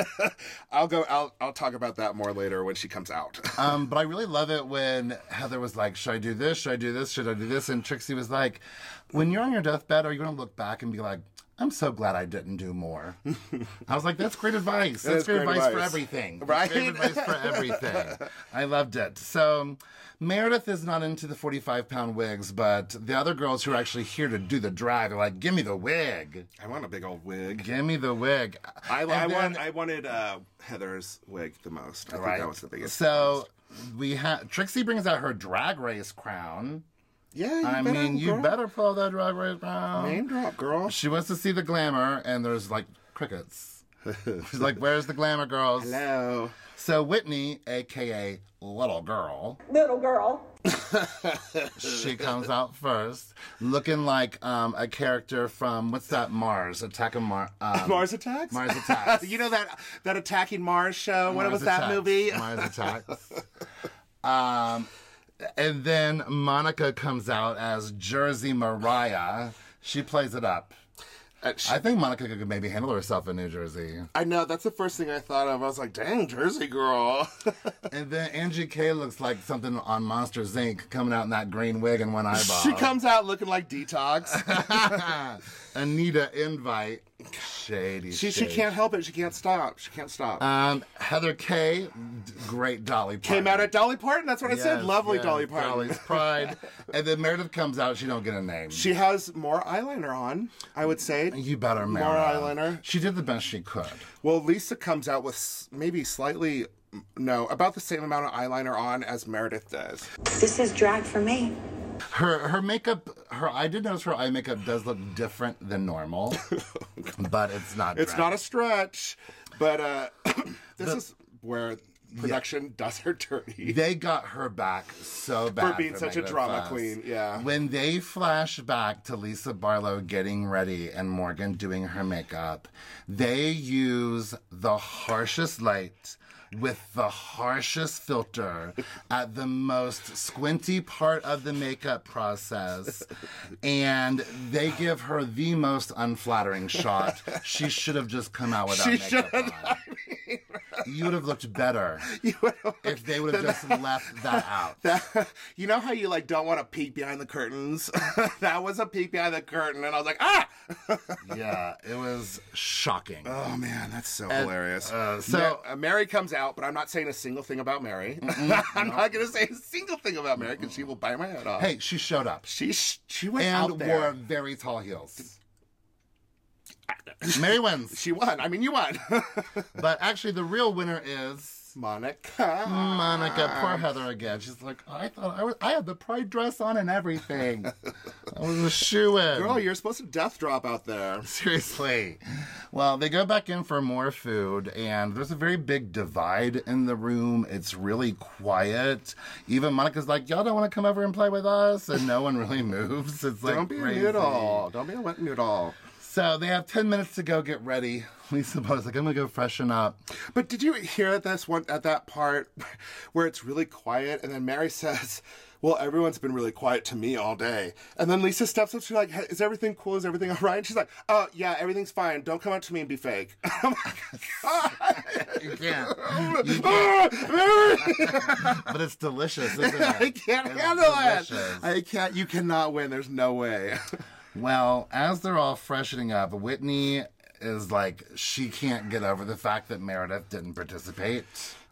Speaker 2: I'll go I'll I'll talk about that more later when she comes out.
Speaker 1: Um, but I really love it when Heather was like, Should I do this? Should I do this? Should I do this? And Trixie was like, When you're on your deathbed, are you gonna look back and be like, I'm so glad I didn't do more. I was like, that's great advice. That's
Speaker 2: is
Speaker 1: great,
Speaker 2: great
Speaker 1: advice, for
Speaker 2: advice.
Speaker 1: everything. That's
Speaker 2: Right?
Speaker 1: great advice for everything. I loved it. So Meredith is not into the 45 pound wigs, but the other girls who are actually here to do the drag are like, give me the wig.
Speaker 2: I want a big old wig.
Speaker 1: Give me the wig.
Speaker 2: I,
Speaker 1: And
Speaker 2: I
Speaker 1: then-
Speaker 2: want I wanted uh Heather's wig the most. I think that was the biggest.
Speaker 1: So we have Trixie brings out her drag race crown.
Speaker 2: yeah, you
Speaker 1: I
Speaker 2: better,
Speaker 1: mean, you
Speaker 2: girl.
Speaker 1: better pull that drag race crown.
Speaker 2: name drop, girl.
Speaker 1: She wants to see the glamour, and there's like crickets. She's like, "Where's the glamour, girls?"
Speaker 2: Hello.
Speaker 1: So Whitney, aka Little Girl,
Speaker 4: Little girl.
Speaker 1: she comes out first, looking like um, a character from what's that Mars Attack of Mars? Um,
Speaker 2: Mars Attacks?
Speaker 1: Mars Attacks.
Speaker 2: you know that that attacking Mars show? what
Speaker 1: Mars
Speaker 2: was that
Speaker 1: Attacks.
Speaker 2: movie?
Speaker 1: Mars Attacks. um, and then Monica comes out as Jersey Mariah. She plays it up.
Speaker 2: Uh, she-
Speaker 1: I think Monica could maybe handle herself in New Jersey.
Speaker 2: I know that's the first thing I thought of. I was like, "Dang, Jersey girl."
Speaker 1: And then Angie K looks like something on Monsters Inc. coming out in that green wig and one eyeball.
Speaker 2: she comes out looking like detox.
Speaker 1: Anita invite. Shady.
Speaker 2: she she
Speaker 1: shady.
Speaker 2: can't help it. She can't stop. She can't stop.
Speaker 1: Um, Heather K, d- great Dolly.
Speaker 2: Came
Speaker 1: Parton.
Speaker 2: out at Dolly Parton. That's what I said.
Speaker 1: Yes,
Speaker 2: Lovely
Speaker 1: yes,
Speaker 2: Dolly Parton.
Speaker 1: Dolly's pride. and then Meredith comes out. She don't get a name.
Speaker 2: She has more eyeliner on, I would say.
Speaker 1: you better,
Speaker 2: More
Speaker 1: Meredith.
Speaker 2: eyeliner.
Speaker 1: She did the best she could.
Speaker 2: Well, Lisa comes out with s- maybe slightly, no, about the same amount of eyeliner on as Meredith does.
Speaker 9: This is drag for me.
Speaker 1: Her her makeup. Her I did notice her eye makeup does look different than normal, but it's not.
Speaker 2: It's
Speaker 1: drag.
Speaker 2: not a stretch, but uh, this is where production does her dirty.
Speaker 1: They got her back so bad
Speaker 2: being such a
Speaker 1: Megan
Speaker 2: drama
Speaker 1: Fox.
Speaker 2: queen, yeah.
Speaker 1: When they flash back to Lisa Barlow getting ready and Morgan doing her makeup, they use the harshest light with the harshest filter at the most squinty part of the makeup process and they give her the most unflattering shot she should have just come out without
Speaker 2: She
Speaker 1: makeup
Speaker 2: should have,
Speaker 1: on. you would have looked better if they would have just left that out.
Speaker 2: That- you know how you like don't want to peek behind the curtains? that was a peek behind the curtain, and I was like, ah!
Speaker 1: yeah, it was shocking.
Speaker 2: Oh man, that's so hilarious.
Speaker 1: so-
Speaker 2: so Ma- uh, Mary comes out, but I'm not saying a single thing about Mary. I'm not going to say a single thing about Mary because she will bite my head off.
Speaker 1: hey, she showed up
Speaker 2: she sh- she went out
Speaker 1: and
Speaker 2: there.
Speaker 1: wore very tall heels. Mary wins,
Speaker 2: She won. I mean, you won,
Speaker 1: but actually, the real winner is
Speaker 2: Monica.
Speaker 1: Monica. Poor Heather again. She's like, I thought I was. I had the pride dress on and everything. I was a shoe in.
Speaker 2: Girl, you're supposed to death drop out there.
Speaker 1: Seriously. Well, they go back in for more food, and there's a very big divide in the room. It's really quiet. Even Monica's like, Y'all don't want to come over and play with us? And no one really moves. It's like,
Speaker 2: Don't be
Speaker 1: crazy.
Speaker 2: a noodle. Don't be a wet noodle.
Speaker 1: So they have 10 minutes to go get ready. Lisa Bo's like, I'm going to go freshen up.
Speaker 2: But did you hear at this one at that part where it's really quiet, and then Mary says, "Well, everyone's been really quiet to me all day," and then Lisa steps up. She's like, "Hey, "Is everything cool? Is everything all right?" And she's like, "Oh yeah, everything's fine. Don't come up to me and be fake." I'm like,
Speaker 1: You can't.
Speaker 2: "Ah, Mary,
Speaker 1: But it's delicious, isn't it?
Speaker 2: I can't
Speaker 1: It's
Speaker 2: handle
Speaker 1: delicious.
Speaker 2: it. I can't. You cannot win. There's no way.
Speaker 1: Well, as they're all freshening up, Whitney is like, she can't get over the fact that Meredith didn't participate.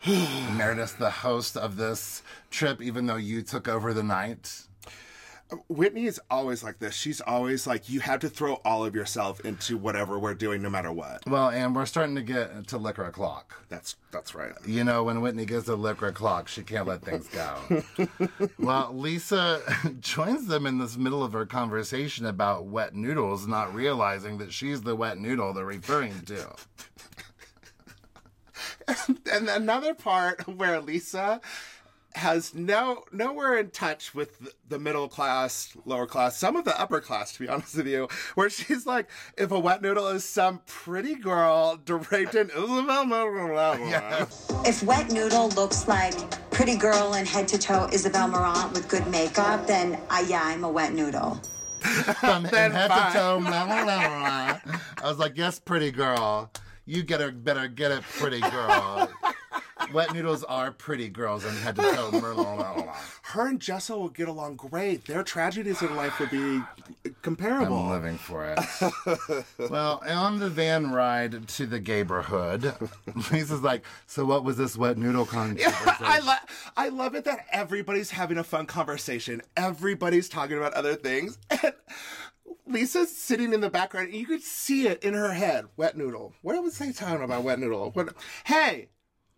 Speaker 1: Meredith's the host of this trip, even though you took over the night.
Speaker 2: Whitney is always like this. She's always like, you have to throw all of yourself into whatever we're doing, no matter what.
Speaker 1: Well, and we're starting to get to liquor o'clock.
Speaker 2: That's that's right.
Speaker 1: You know, when Whitney gets to liquor o'clock, she can't let things go. well, Lisa joins them in this middle of her conversation about wet noodles, not realizing that she's the wet noodle they're referring to.
Speaker 2: and another part where Lisa has no nowhere in touch with th- the middle class, lower class, some of the upper class, to be honest with you, where she's like, if a wet noodle is some pretty girl draped in yeah.
Speaker 9: If Wet Noodle looks like Pretty Girl and Head to Toe Isabel Marant with good makeup, then I, yeah, I'm a Wet Noodle.
Speaker 1: from
Speaker 2: Then
Speaker 1: head to
Speaker 2: fine.
Speaker 1: toe. la, la, la, la, la. I was like, yes, pretty girl. You get her, better get it, pretty girl. Wet noodles are pretty girls and head to toe. la, la, la, la, la.
Speaker 2: Her and Jessel will get along great. Their tragedies in life would be comparable.
Speaker 1: I'm living for it. well, on the van ride to the neighborhood, Lisa's like, so what was this wet noodle conversation?
Speaker 2: I, lo- I love it that everybody's having a fun conversation. Everybody's talking about other things. And Lisa's sitting in the background, and you could see it in her head. Wet noodle. What was they talking about? Wet noodle. What? Hey.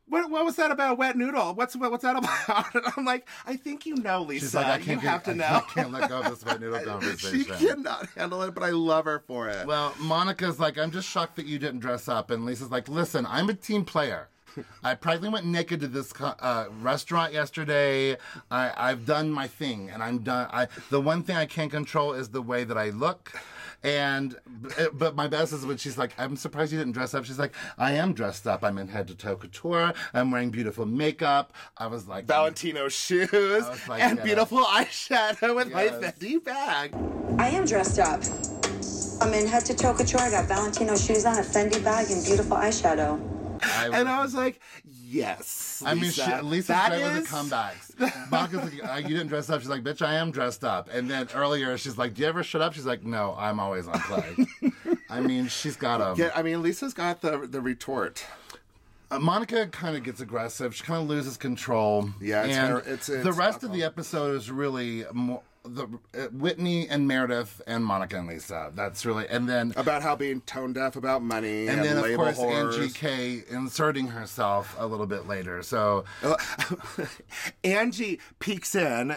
Speaker 2: What, what was that about wet noodle? What's what, what's that about? And I'm like, I think you know, Lisa.
Speaker 1: She's like, I can't
Speaker 2: you
Speaker 1: get,
Speaker 2: have to
Speaker 1: I
Speaker 2: know.
Speaker 1: can't- can't let go of this wet noodle conversation.
Speaker 2: she cannot handle it, but I love her for it.
Speaker 1: Well, Monica's like, I'm just shocked that you didn't dress up. And Lisa's like, listen, I'm a team player. I practically went naked to this co- uh, restaurant yesterday. I, I've done my thing, and I'm done. I, the one thing I can't control is the way that I look. And but- but my best is when she's like, "I'm surprised you didn't dress up." She's like, "I am dressed up. I'm in head to toe couture. I'm wearing beautiful makeup." I was like,
Speaker 2: Valentino shoes
Speaker 1: was like,
Speaker 2: and
Speaker 1: yeah.
Speaker 2: beautiful eyeshadow with my
Speaker 1: Yes.
Speaker 2: Fendi bag.
Speaker 9: I am dressed up. I'm in head to toe couture. I got Valentino shoes on, a Fendi bag, and beautiful eyeshadow.
Speaker 2: And I was like, yes.
Speaker 1: I mean, she,
Speaker 2: Lisa,
Speaker 1: Lisa's
Speaker 2: that
Speaker 1: great with
Speaker 2: is-
Speaker 1: the comebacks. Monica's like, "Uh, you didn't dress up. She's like, bitch, I am dressed up. And then earlier, she's like, do you ever shut up? She's like, no, I'm always on play. I mean, she's got them.
Speaker 2: Yeah, I mean, Lisa's got the the retort.
Speaker 1: Uh, Monica kind of gets aggressive. She kind of loses control.
Speaker 2: Yeah, it's
Speaker 1: and
Speaker 2: her- it's- it's
Speaker 1: the rest of the episode is really more, the uh, Whitney and Meredith and Monica and Lisa. That's really and then
Speaker 2: About how being tone deaf about money and,
Speaker 1: and then of
Speaker 2: Uh, label
Speaker 1: course
Speaker 2: whores.
Speaker 1: Angie K inserting herself a little bit later. So
Speaker 2: Angie peeks in.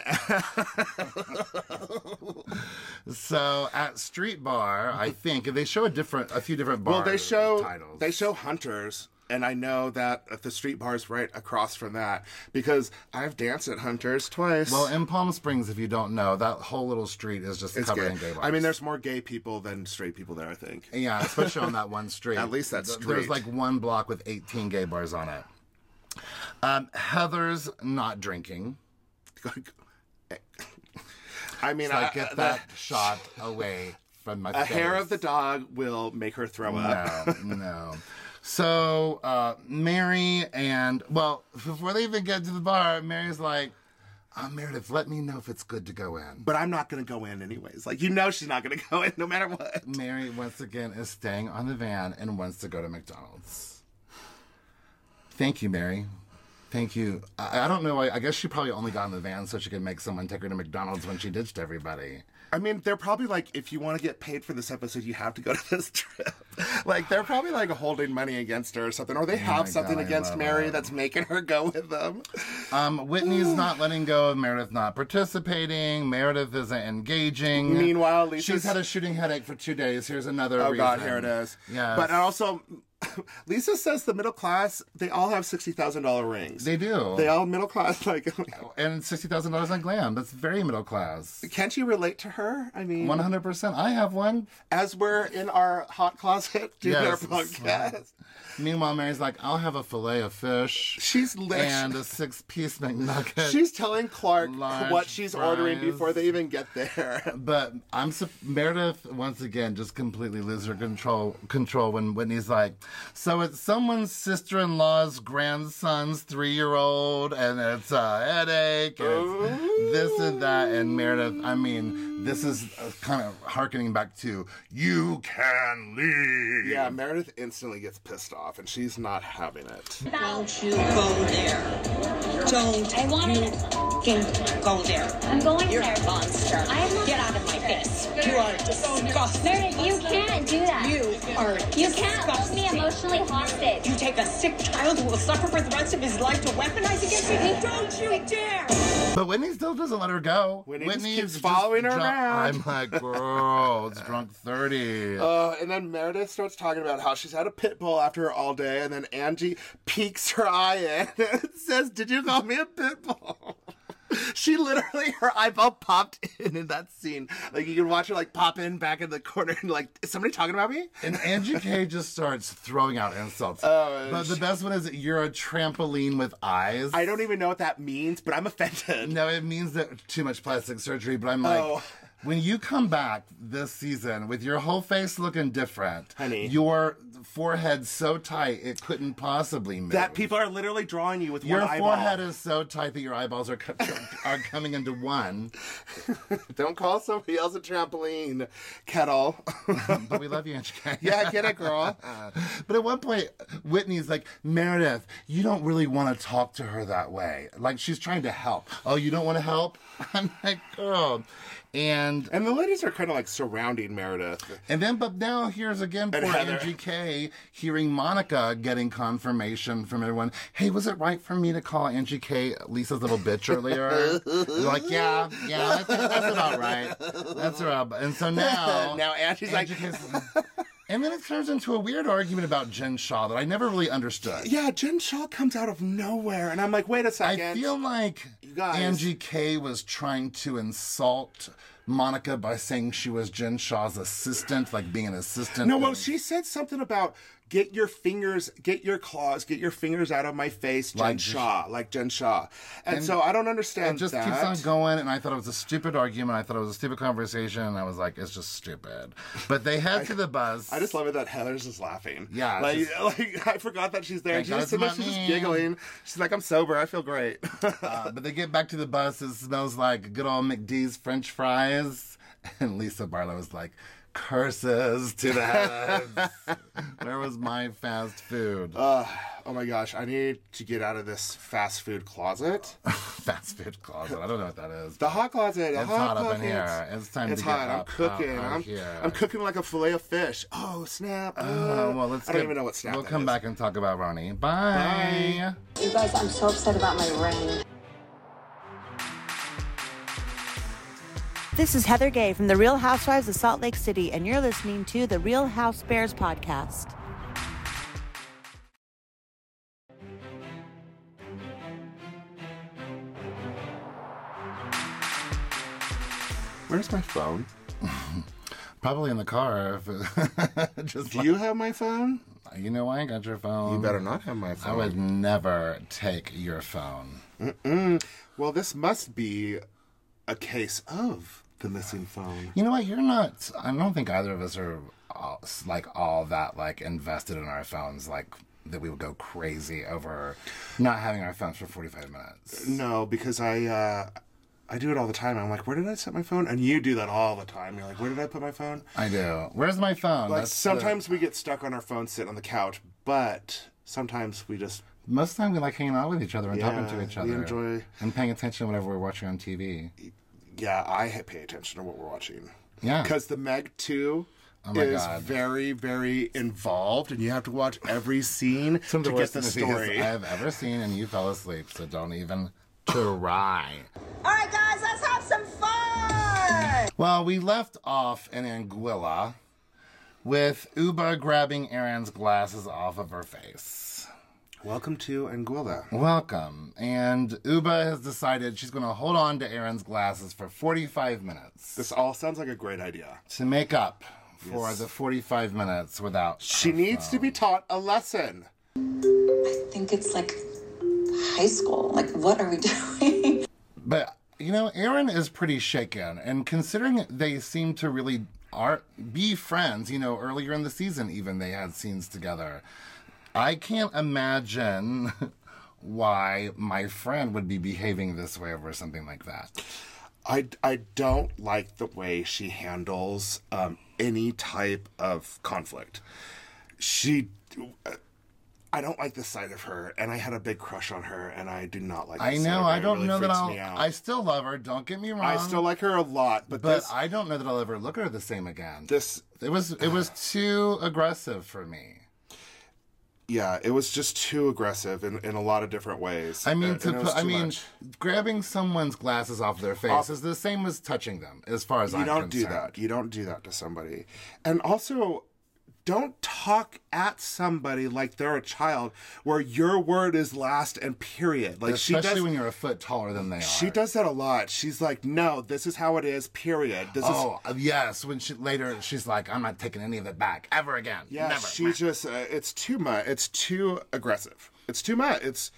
Speaker 1: so at Street Bar, I think and they show a different a few different bars.
Speaker 2: Mm-hmm. well, they show
Speaker 1: titles.
Speaker 2: they show hunters, and I know that at the street bar's right across from that because I've danced at hunters twice.
Speaker 1: well in Palm Springs. If you don't know, that whole little street is just
Speaker 2: it's
Speaker 1: covered
Speaker 2: gay.
Speaker 1: in gay bars.
Speaker 2: I mean, there's more gay people than straight people there. I think.
Speaker 1: Yeah, especially on that one street.
Speaker 2: At least that
Speaker 1: Th-
Speaker 2: street.
Speaker 1: There's like one block with 18 gay bars on it. Um, Heather's not drinking.
Speaker 2: I mean,
Speaker 1: So I
Speaker 2: I- uh,
Speaker 1: get
Speaker 2: the-
Speaker 1: that shot away from my
Speaker 2: A hair
Speaker 1: face.
Speaker 2: of the dog will make her throw up.
Speaker 1: No, no. So uh, Mary and well, before they even get to the bar, Mary's like, uh, "Meredith, let me know if it's good to go in."
Speaker 2: But I'm not going to go in anyways. Like you know, she's not going to go in no matter what.
Speaker 1: Mary once again is staying on the van and wants to go to McDonald's. Thank you, Mary. Thank you. I, I don't know. I, I guess she probably only got in the van so she could make someone take her to McDonald's when she ditched everybody.
Speaker 2: I mean, they're probably like, if you want to get paid for this episode, you have to go to this trip. Like, they're probably like holding money against her or something, or they have
Speaker 1: my
Speaker 2: something
Speaker 1: God, I
Speaker 2: against
Speaker 1: love
Speaker 2: Mary
Speaker 1: it.
Speaker 2: that's making her go with them. Uh,
Speaker 1: Um, Whitney's not letting go of Meredith not participating. Meredith isn't engaging.
Speaker 2: Meanwhile, Lisa's-
Speaker 1: she's had a shooting headache for two days. Here's another.
Speaker 2: Oh, God,
Speaker 1: reason.
Speaker 2: here it is.
Speaker 1: Yes.
Speaker 2: But also, Lisa says the middle class, they all have $60,000 rings.
Speaker 1: they do.
Speaker 2: They all middle class. Like,
Speaker 1: and sixty thousand dollars on glam. That's very middle class.
Speaker 2: can't you relate to her? I mean,
Speaker 1: One hundred percent. I have one.
Speaker 2: as we're in our hot closet doing
Speaker 1: Yes.
Speaker 2: our podcast,
Speaker 1: Meanwhile, Mary's like, I'll have a fillet of fish.
Speaker 2: She's lit-
Speaker 1: And a six piece McNugget.
Speaker 2: she's telling Clark
Speaker 1: Large
Speaker 2: what she's ordering
Speaker 1: fries.
Speaker 2: before they even get there.
Speaker 1: But I'm su- Meredith once again just completely loses her control control when Whitney's like, so it's someone's sister in law's grandson's three year old, and it's a headache, and it's this and that, and Meredith. I mean, this is uh, kind of harkening back to you can leave.
Speaker 2: Yeah, Meredith instantly gets pissed off, and she's not having it.
Speaker 10: Don't you go there. Don't
Speaker 4: I wanted
Speaker 10: you
Speaker 4: it.
Speaker 10: f***ing go there.
Speaker 4: I'm going
Speaker 10: You're
Speaker 4: there.
Speaker 10: a monster.
Speaker 4: I am not-
Speaker 10: Get out of my face. You are disgusting.
Speaker 4: Meredith, you can't do that.
Speaker 10: You are
Speaker 4: You can't hold me emotionally hostage.
Speaker 10: You take a sick child who will suffer for the rest of his life to weaponize against you. Don't you dare!
Speaker 1: But Whitney still doesn't let her go.
Speaker 2: Whitney just keeps following her around.
Speaker 1: I'm like, girl, it's drunk 30.
Speaker 2: Uh, and then Meredith starts talking about how she's had a pit bull after her all day, and then Angie peeks her eye in and says, "Did you call me a pit bull?" she literally her eyeball popped in in that scene. Like you can watch her like pop in back in the corner, and like, is somebody talking about me?
Speaker 1: and Angie K just starts throwing out insults. but the best one is you're a trampoline with eyes.
Speaker 2: Oh, I don't even know what that means, but I'm offended.
Speaker 1: No, it means that too much plastic surgery, but I'm like,
Speaker 2: Oh.
Speaker 1: when you come back this season with your whole face looking different,
Speaker 2: Honey.
Speaker 1: your forehead so tight it couldn't possibly move.
Speaker 2: That people are literally drawing you with
Speaker 1: your
Speaker 2: one eyeball.
Speaker 1: forehead is so tight that your eyeballs are co- are coming into one.
Speaker 2: Don't call somebody else a trampoline, kettle.
Speaker 1: But we love you, Angie K.
Speaker 2: yeah, get it, girl.
Speaker 1: But at one point, Whitney's like, Meredith, you don't really want to talk to her that way. Like, she's trying to help. Oh, you don't want to help? I'm like, girl. And
Speaker 2: And the ladies are kind of like surrounding Meredith.
Speaker 1: and then, but now here's again poor
Speaker 2: Heather.
Speaker 1: Angie K hearing Monica getting confirmation from everyone. Hey, was it right for me to call Angie K Lisa's little bitch earlier? They're like, yeah, yeah, that's, that's about right. That's about. And so now,
Speaker 2: Now Angie's like-
Speaker 1: K's- and then it turns into a weird argument about Jen Shaw that I never really understood.
Speaker 2: Yeah, Jen Shaw comes out of nowhere, and I'm like, wait a second.
Speaker 1: I feel like
Speaker 2: guys-
Speaker 1: Angie K was trying to insult Monica by saying she was Jen Shaw's assistant, like being an assistant.
Speaker 2: No, well,
Speaker 1: and-
Speaker 2: she said something about get your fingers, get your claws, get your fingers out of my face, Jen
Speaker 1: Like-
Speaker 2: Shaw, like Jen Shaw. And, so I don't understand
Speaker 1: It just
Speaker 2: that.
Speaker 1: keeps on going, and I thought it was a stupid argument. I thought it was a stupid conversation, and I was like, it's just stupid. But they head to the bus.
Speaker 2: I just love it that Heather's just laughing.
Speaker 1: Yeah,
Speaker 2: like,
Speaker 1: it's
Speaker 2: like I forgot that she's there.
Speaker 1: Thank
Speaker 2: She's
Speaker 1: God
Speaker 2: just, sitting
Speaker 1: it's
Speaker 2: there, she's
Speaker 1: not
Speaker 2: just
Speaker 1: me.
Speaker 2: giggling. She's like, "I'm sober. I feel great."
Speaker 1: Uh, but they get back to the bus. It smells like good old McD's French fries. And Lisa Barlow is like, curses to the heavens. Where was my fast food?
Speaker 2: oh my gosh, I need to get out of this fast food closet.
Speaker 1: fast food closet. I don't know what that is.
Speaker 2: The hot closet. The
Speaker 1: It's
Speaker 2: hot,
Speaker 1: hot up in
Speaker 2: closet.
Speaker 1: here. It's time
Speaker 2: It's
Speaker 1: to
Speaker 2: hot.
Speaker 1: get
Speaker 2: I'm
Speaker 1: up
Speaker 2: cooking.
Speaker 1: out of
Speaker 2: I'm,
Speaker 1: here.
Speaker 2: I'm cooking like a fillet of fish. Oh snap!
Speaker 1: Uh, well, let's
Speaker 2: I don't
Speaker 1: get-
Speaker 2: even know what snap.
Speaker 1: We'll
Speaker 2: that
Speaker 1: come
Speaker 2: is.
Speaker 1: back and talk about Ronnie. Bye.
Speaker 6: You guys, I'm so upset about my ring.
Speaker 11: This is Heather Gay from The Real Housewives of Salt Lake City, and you're listening to the Real House Bears podcast.
Speaker 2: Where's my phone?
Speaker 1: Probably in the car. If just
Speaker 2: Do you have my phone?
Speaker 1: like, you know, I ain't got your phone.
Speaker 2: You better not have my phone.
Speaker 1: Um, I would never take your phone.
Speaker 2: Well, this must be a case of the missing phone.
Speaker 1: You know what? You're not. I don't think either of us are all, like all that like invested in our phones. Like that we would go crazy over not having our phones for 45 minutes.
Speaker 2: No, because I uh, I do it all the time. I'm like, where did I set my phone? And you do that all the time. You're like, where did I put my phone?
Speaker 1: I do. Where's my phone?
Speaker 2: Like
Speaker 1: That's uh, the-
Speaker 2: sometimes we get stuck on our phone sitting on the couch, but sometimes we just
Speaker 1: most of the time we like hanging out with each other and talking to
Speaker 2: Yeah,
Speaker 1: each
Speaker 2: we
Speaker 1: other.
Speaker 2: enjoy-
Speaker 1: and paying attention to whatever we're watching on TV.
Speaker 2: yeah, I ha- pay attention to what we're watching.
Speaker 1: Yeah. Oh
Speaker 2: Because the Meg 2
Speaker 1: my
Speaker 2: is
Speaker 1: God.
Speaker 2: very, very involved, and you have to watch every scene
Speaker 1: Some of
Speaker 2: to
Speaker 1: the
Speaker 2: get
Speaker 1: worst
Speaker 2: the
Speaker 1: movies
Speaker 2: story.
Speaker 1: I've ever seen, and you fell asleep, so don't even try.
Speaker 9: All right, guys, let's have some fun.
Speaker 1: Well, we left off in Anguilla with Uba grabbing Aaron's glasses off of her face.
Speaker 2: Welcome to Anguilla.
Speaker 1: Welcome. And Uba has decided she's going to hold on to Aaron's glasses for 45 minutes
Speaker 2: This all sounds like a great idea.
Speaker 1: to make up for the 45 minutes without.
Speaker 2: She needs to be taught a lesson.
Speaker 9: I think it's like high school. Like, what are we doing?
Speaker 1: But, you know, Aaron is pretty shaken. And considering they seem to really are be friends, you know, earlier in the season, even they had scenes together. I can't imagine why my friend would be behaving this way over something like that.
Speaker 2: I, I don't like the way she handles um, any type of conflict. She. I don't like this side of her, and I had a big crush on her, and I do not like. This
Speaker 1: I
Speaker 2: side of her.
Speaker 1: know. I
Speaker 2: It
Speaker 1: don't
Speaker 2: really
Speaker 1: know that
Speaker 2: freaks me
Speaker 1: I'll.
Speaker 2: out.
Speaker 1: I still love her. Don't get me wrong.
Speaker 2: I still like her a lot, but,
Speaker 1: But
Speaker 2: this,
Speaker 1: I don't know that I'll ever look at her the same again.
Speaker 2: this,
Speaker 1: it was it was too aggressive for me.
Speaker 2: yeah, it was just too aggressive in, in a lot of different ways.
Speaker 1: I mean,
Speaker 2: And-
Speaker 1: to
Speaker 2: and it was
Speaker 1: put, I
Speaker 2: too
Speaker 1: mean,
Speaker 2: much.
Speaker 1: grabbing someone's glasses off their face
Speaker 2: Off-
Speaker 1: is the same as touching them, as far as
Speaker 2: you
Speaker 1: I'm
Speaker 2: don't do
Speaker 1: concerned.
Speaker 2: that. You don't do that to somebody, and also. Don't talk at somebody like they're a child, where your word is last and period. Like she
Speaker 1: Especially
Speaker 2: does,
Speaker 1: when you're a foot taller than they are.
Speaker 2: she does that a lot. She's like, "No, this is how it is. Period. This is
Speaker 1: Oh yes, when she later she's like, "I'm not taking any of it back ever again.
Speaker 2: Yeah,
Speaker 1: Never."
Speaker 2: she just uh, it's too much. It's too aggressive. It's too much. It's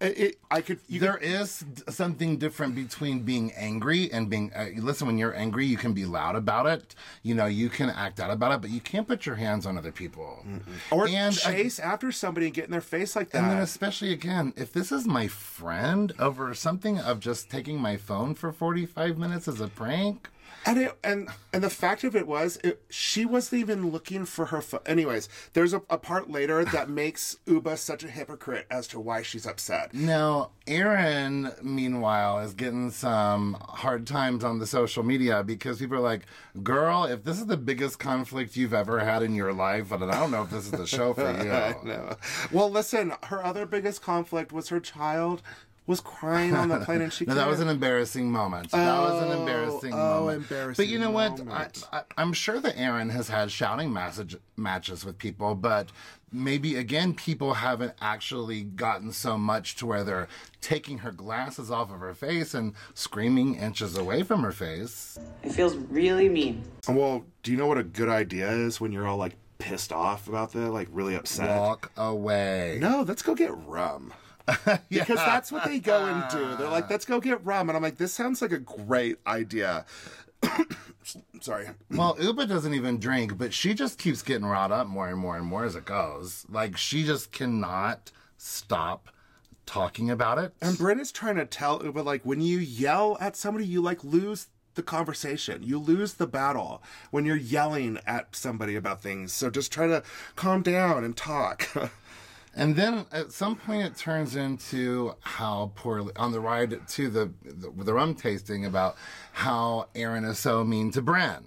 Speaker 2: it, it, I could you
Speaker 1: There is d- something different between being angry and being. Uh, listen, when you're angry, you can be loud about it. You know, you can act out about it, but you can't put your hands on other people.
Speaker 2: Mm-hmm. or
Speaker 1: and uh, I-
Speaker 2: chase after somebody and get in their face like
Speaker 1: And then,
Speaker 2: that.
Speaker 1: especially again, if this is my friend over something of just taking my phone for 45 minutes as a prank,
Speaker 2: And it, and and the fact of it was, it, she wasn't even looking for her. Fo- Anyways, there's a, a part later that makes Uba such a hypocrite as to why she's upset.
Speaker 1: Now, Aaron, meanwhile, is getting some hard times on the social media because people are like, girl, if this is the biggest conflict you've ever had in your life, but I don't know if this is the show for you.
Speaker 2: No. Well, listen, her other biggest conflict was her child was crying on the plane and she
Speaker 1: no, that was an embarrassing moment. that was an embarrassing
Speaker 2: Oh, oh,
Speaker 1: moment.
Speaker 2: embarrassing
Speaker 1: But you know
Speaker 2: moment.
Speaker 1: what? I, I, I'm sure that Aaron has had shouting message, matches with people, but maybe again, people haven't actually gotten so much to where they're taking her glasses off of her face and screaming inches away from her face.
Speaker 2: It feels really mean. Well, do you know what a good idea is when you're all like pissed off about that, like really upset?
Speaker 1: Walk away.
Speaker 2: No, let's go get rum. Because that's what they go and do. They're like, let's go get rum. And I'm like, this sounds like a great idea. Sorry.
Speaker 1: Well, Uba doesn't even drink, but she just keeps getting wrought up more and more and more as it goes. Like she just cannot stop talking about it.
Speaker 2: And Brynn is trying to tell Uba, like, when you yell at somebody, you like lose the conversation. You lose the battle when you're yelling at somebody about things. So just try to calm down and talk.
Speaker 1: And then at some point it turns into how poorly on the ride to the the, the rum tasting about how Aaron is so mean to Bren.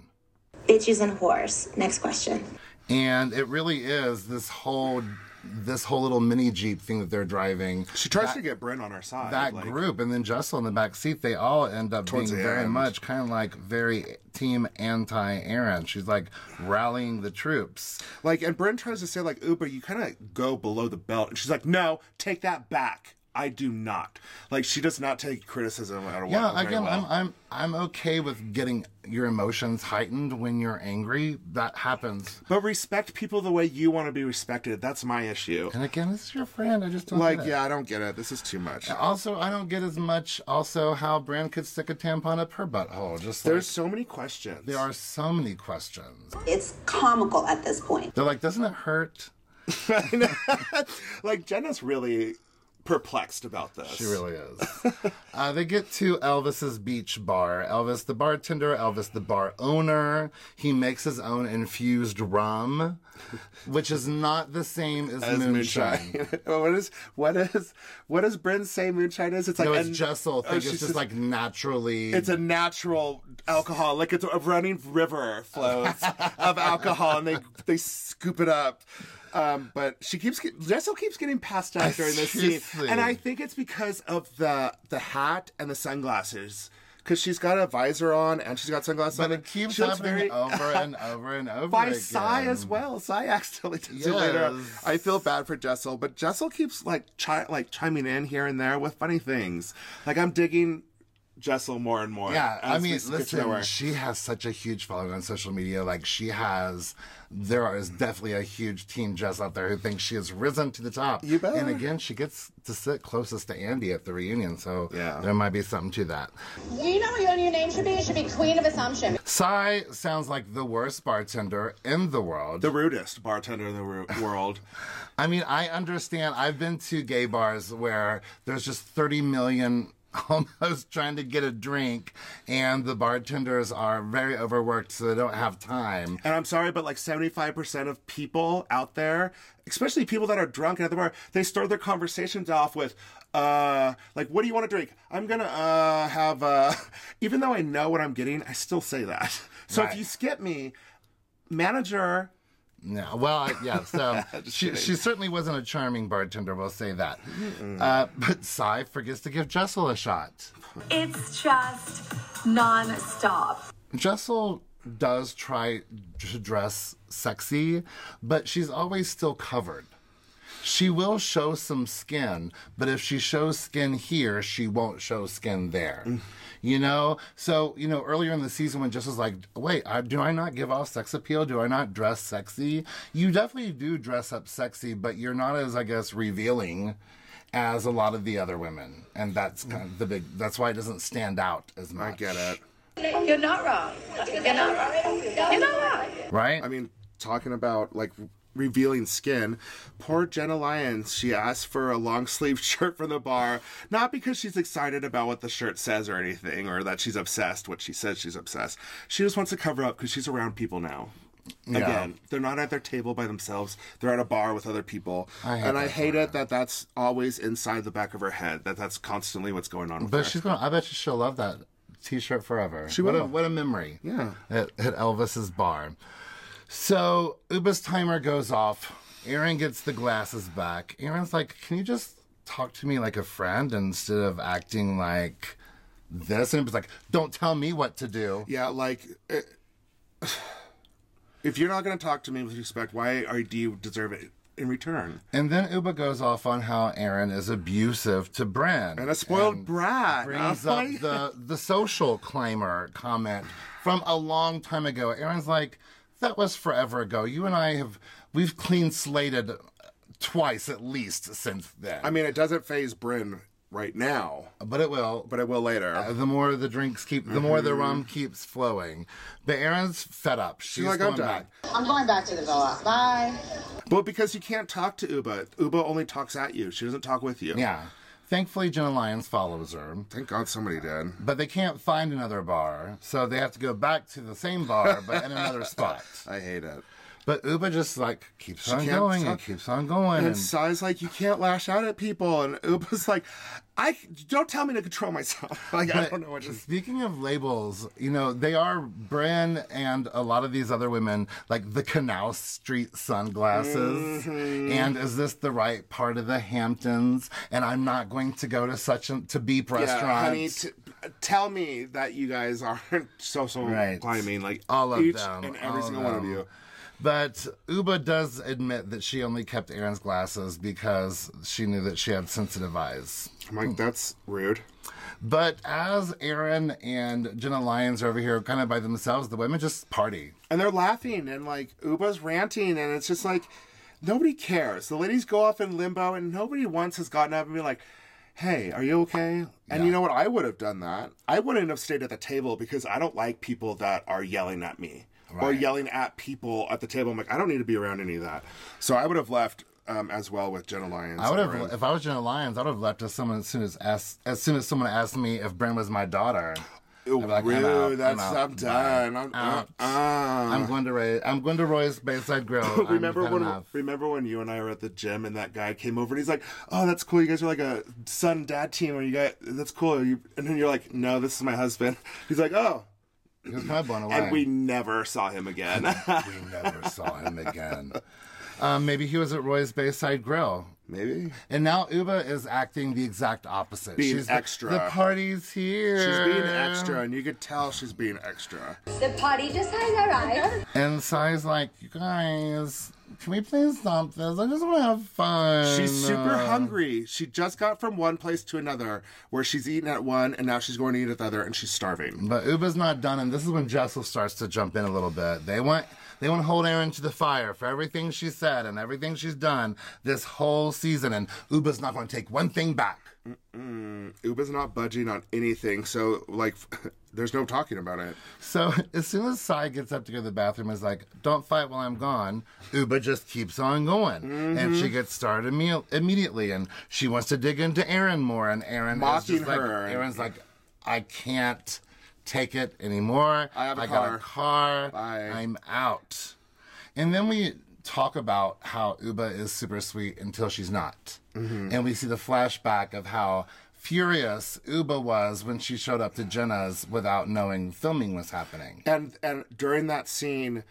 Speaker 12: Bitches and whores. Next question.
Speaker 1: And it really is this whole this whole little mini jeep thing that they're driving.
Speaker 2: she tries to get Brynn on her side.
Speaker 1: that
Speaker 2: like-
Speaker 1: group and then Jessel in the back seat, they all end up being
Speaker 2: Towards the
Speaker 1: very
Speaker 2: end.
Speaker 1: much kind of like very team anti Aaron. She's like rallying the troops.
Speaker 2: Like, and Brynn tries to say, like, Uber, you kind of go below the belt. And she's like, no, take that back. I do not. Like, she does not take criticism at all.
Speaker 1: Yeah, again, I'm I'm I'm okay with getting your emotions heightened when you're angry. That happens.
Speaker 2: But respect people the way you want to be respected. That's my issue.
Speaker 1: And again, this is your friend. I just don't
Speaker 2: Like,
Speaker 1: get it.
Speaker 2: yeah, I don't get it. This is too much.
Speaker 1: Also, I don't get as much. Also, how Brand could stick a tampon up her butthole. Just
Speaker 2: There's so many questions.
Speaker 1: like, there are so many questions.
Speaker 12: It's comical at this point.
Speaker 1: They're like, doesn't it hurt?
Speaker 2: like Jenna's really perplexed about this.
Speaker 1: She really is. uh, they get to Elvis's beach bar. Elvis, the bartender, Elvis, the bar owner. He makes his own infused rum, which is not the same as,
Speaker 2: As
Speaker 1: moonshine.
Speaker 2: moonshine. what is what is what does Bryn say moonshine is? It's like
Speaker 1: no, it's
Speaker 2: an-
Speaker 1: Jessel.
Speaker 2: oh,
Speaker 1: Think it's
Speaker 2: she's
Speaker 1: just, like naturally.
Speaker 2: it's a natural alcohol. Like it's a running river flows of alcohol, and they they scoop it up. Um, but she keeps get- Jessel keeps getting passed out during this scene,
Speaker 1: Seriously.
Speaker 2: and I think it's because of the the hat and the sunglasses. Because she's got a visor on and she's got sunglasses
Speaker 1: but
Speaker 2: on.
Speaker 1: it keeps
Speaker 2: She looks
Speaker 1: happening
Speaker 2: very-
Speaker 1: over and over and over
Speaker 2: by
Speaker 1: again.
Speaker 2: Sai as well. Sai accidentally does it later.
Speaker 1: Yes.
Speaker 2: I feel bad for Jessel, but Jessel keeps like chi- like chiming in here and there with funny things. Like I'm digging Jessel more and more.
Speaker 1: Yeah, I
Speaker 2: as we
Speaker 1: mean,
Speaker 2: get to know her.
Speaker 1: listen, she has such a huge following on social media. Like, she has, there is definitely a huge team Jess out there who thinks she has risen to the top.
Speaker 2: You bet.
Speaker 1: And again, she gets to sit closest to Andy at the reunion, so
Speaker 2: Yeah.
Speaker 1: there might be something to that.
Speaker 6: You know what your new name should be? It should be Queen of Assumption.
Speaker 1: Sai sounds like the worst bartender in the world.
Speaker 2: the rudest bartender in the ru- world.
Speaker 1: I mean, I understand. I've been to gay bars where there's just 30 million almost trying to get a drink, and the bartenders are very overworked, so they don't have time.
Speaker 2: and I'm sorry, but like 75% of people out there, especially people that are drunk at the bar, they start their conversations off with, uh, like, what do you want to drink? I'm gonna, uh, have, uh, even though I know what I'm getting, I still say that. So if
Speaker 1: Right.
Speaker 2: you skip me, manager,
Speaker 1: No, well, I- yeah. So she,
Speaker 2: kidding.
Speaker 1: she certainly wasn't a charming bartender. We'll say that. Uh, but Sai forgets to give Jessel a shot.
Speaker 7: It's just nonstop.
Speaker 1: Jessel does try to dress sexy, but she's always still covered. She will show some skin, but if she shows skin here, she won't show skin there.
Speaker 2: Mm.
Speaker 1: You know? So, you know, earlier in the season when Jessel's like, wait, I, do I not give off sex appeal? Do I not dress sexy? You definitely do dress up sexy, but you're not as, I guess, revealing as a lot of the other women. And that's kind of the big, that's why it doesn't stand out as much.
Speaker 2: I get it.
Speaker 10: You're not wrong. You're not wrong. You're not wrong.
Speaker 1: Right?
Speaker 2: I mean, talking about like revealing skin, poor Jenna Lyons, she asked for a long sleeve shirt from the bar, not because she's excited about what the shirt says or anything, or that she's obsessed, what she says she's obsessed. She just wants to cover up because she's around people now. Again, they're not at their table by themselves. They're at a bar with other people,
Speaker 1: I hate
Speaker 2: and I
Speaker 1: that
Speaker 2: hate it that that's always inside the back of her head. That that's constantly what's going on. With her.
Speaker 1: But she's gonna. I bet you she'll love that T-shirt forever.
Speaker 2: She
Speaker 1: what a
Speaker 2: will.
Speaker 1: what a memory.
Speaker 2: Yeah.
Speaker 1: At, at Elvis's bar. So Uba's timer goes off. Aaron gets the glasses back. Aaron's like, "Can you just talk to me like a friend instead of acting like this. And it was like, don't tell me what to do.
Speaker 2: Yeah, like. It, if you're not going to talk to me with respect, why are, do you deserve it in return?
Speaker 1: And then Uba goes off on how Aaron is abusive to Bren.
Speaker 2: And a spoiled brat.
Speaker 1: Brings
Speaker 2: Oh,
Speaker 1: up
Speaker 2: yeah.
Speaker 1: the, the social climber comment from a long time ago. Aaron's like, that was forever ago. You and I have, we've clean slated twice at least since then.
Speaker 2: I mean, it doesn't phase Bryn right now,
Speaker 1: but it will.
Speaker 2: but it will later.
Speaker 1: Uh, the more the drinks keep, the more the rum keeps flowing. But Erin's fed up. She's,
Speaker 2: like,
Speaker 1: going
Speaker 2: I'm done.
Speaker 1: back.
Speaker 6: I'm going back to the villa. Bye.
Speaker 2: Well, because you can't talk to Uba. Uba only talks at you. She doesn't talk with you.
Speaker 1: Yeah. Thankfully, Jenna Lyons follows her,
Speaker 2: Thank God somebody did.
Speaker 1: but they can't find another bar, so they have to go back to the same bar, but in another spot.
Speaker 2: I hate it.
Speaker 1: But Uba just like keeps
Speaker 2: She
Speaker 1: on
Speaker 2: can't
Speaker 1: going
Speaker 2: talk-
Speaker 1: and keeps on going.
Speaker 2: And
Speaker 1: And
Speaker 2: Sai's like, you can't lash out at people. And Uba's like, I don't tell me to control myself. Like, I
Speaker 1: But
Speaker 2: don't know what to say.
Speaker 1: Speaking of labels, you know, they are Bren and a lot of these other women, like the Canal Street sunglasses.
Speaker 2: Mm-hmm.
Speaker 1: And is this the right part of the Hamptons? And I'm not going to go to such a to beep restaurant.
Speaker 2: Yeah, honey, t- tell me that you guys aren't social
Speaker 1: Right.
Speaker 2: climbing. Like,
Speaker 1: all of
Speaker 2: each
Speaker 1: them.
Speaker 2: and every
Speaker 1: all
Speaker 2: single
Speaker 1: them.
Speaker 2: one of you.
Speaker 1: But Uba does admit that she only kept Aaron's glasses because she knew that she had sensitive eyes.
Speaker 2: I'm like, that's rude.
Speaker 1: But as Aaron and Jenna Lyons are over here kind of by themselves, the women just party.
Speaker 2: and they're laughing and like Uba's ranting and it's just like nobody cares. The ladies go off in limbo and nobody once has gotten up and been like, Hey, are you okay? And you know what? I would have done that. I wouldn't have stayed at the table because I don't like people that are yelling at me or yelling at people at the table. I'm like, I don't need to be around any of that. So I would have left um, as well with Jenna Lyons.
Speaker 1: I would
Speaker 2: and
Speaker 1: have,
Speaker 2: Bryn.
Speaker 1: if I was Jenna Lyons, I would have left as someone as soon as asked, as soon as someone asked me if Bren was my daughter.
Speaker 2: Ooh,
Speaker 1: I'd be like, I'm
Speaker 2: rude.
Speaker 1: out, I'm
Speaker 2: that's
Speaker 1: out,
Speaker 2: I'm,
Speaker 1: bye.
Speaker 2: done. I'm,
Speaker 1: Out.
Speaker 2: uh, uh.
Speaker 1: I'm going to Roy. I'm going to Roy's Bayside Grill. I'm-
Speaker 2: remember
Speaker 1: I've had
Speaker 2: when
Speaker 1: enough.
Speaker 2: remember when you and I were at the gym and that guy came over and he's like, "Oh, that's cool. You guys are like a son dad team, or you guys that's cool." You, and then you're like, "No, this is my husband." He's like, "Oh,"
Speaker 1: He was kind of blown away.
Speaker 2: and we never saw him again.
Speaker 1: we never saw him again. Um, maybe he was at Roy's Bayside Grill.
Speaker 2: Maybe
Speaker 1: And now Uba is acting the exact opposite.
Speaker 2: Being
Speaker 1: the-
Speaker 2: extra.
Speaker 1: The, party's here.
Speaker 2: she's being extra, and you could tell she's being extra.
Speaker 13: The party just has arrived.
Speaker 1: And Sai's like, you guys, can we please stop this? I just want to have fun. Uh,
Speaker 2: She's super hungry. She just got from one place to another, where she's eaten at one, and now she's going to eat at the other, and she's starving.
Speaker 1: But Uba's not done, and this is when Jessel starts to jump in a little bit. They want they want to hold Aaron to the fire for everything she said and everything she's done this whole season, and Uba's not going to take one thing back.
Speaker 2: Uba's not budging on anything, so like, there's no talking about it.
Speaker 1: So as soon as Sai gets up to go to the bathroom, is like, "Don't fight while I'm gone." Uba just keeps on going, and
Speaker 2: Mm-hmm.
Speaker 1: she gets started imme- immediately, and she wants to dig into Aaron more, and Aaron is
Speaker 2: Mocking
Speaker 1: just like,
Speaker 2: her.
Speaker 1: Aaron's like, "I can't take it anymore.
Speaker 2: I have a
Speaker 1: got
Speaker 2: car.
Speaker 1: a car.
Speaker 2: Bye."
Speaker 1: I'm out." And then we talk about how Uba is super sweet until she's not,
Speaker 2: Mm-hmm.
Speaker 1: and we see the flashback of how. Furious Uba was when she showed up to Jenna's without knowing filming was happening.
Speaker 2: And and during that scene,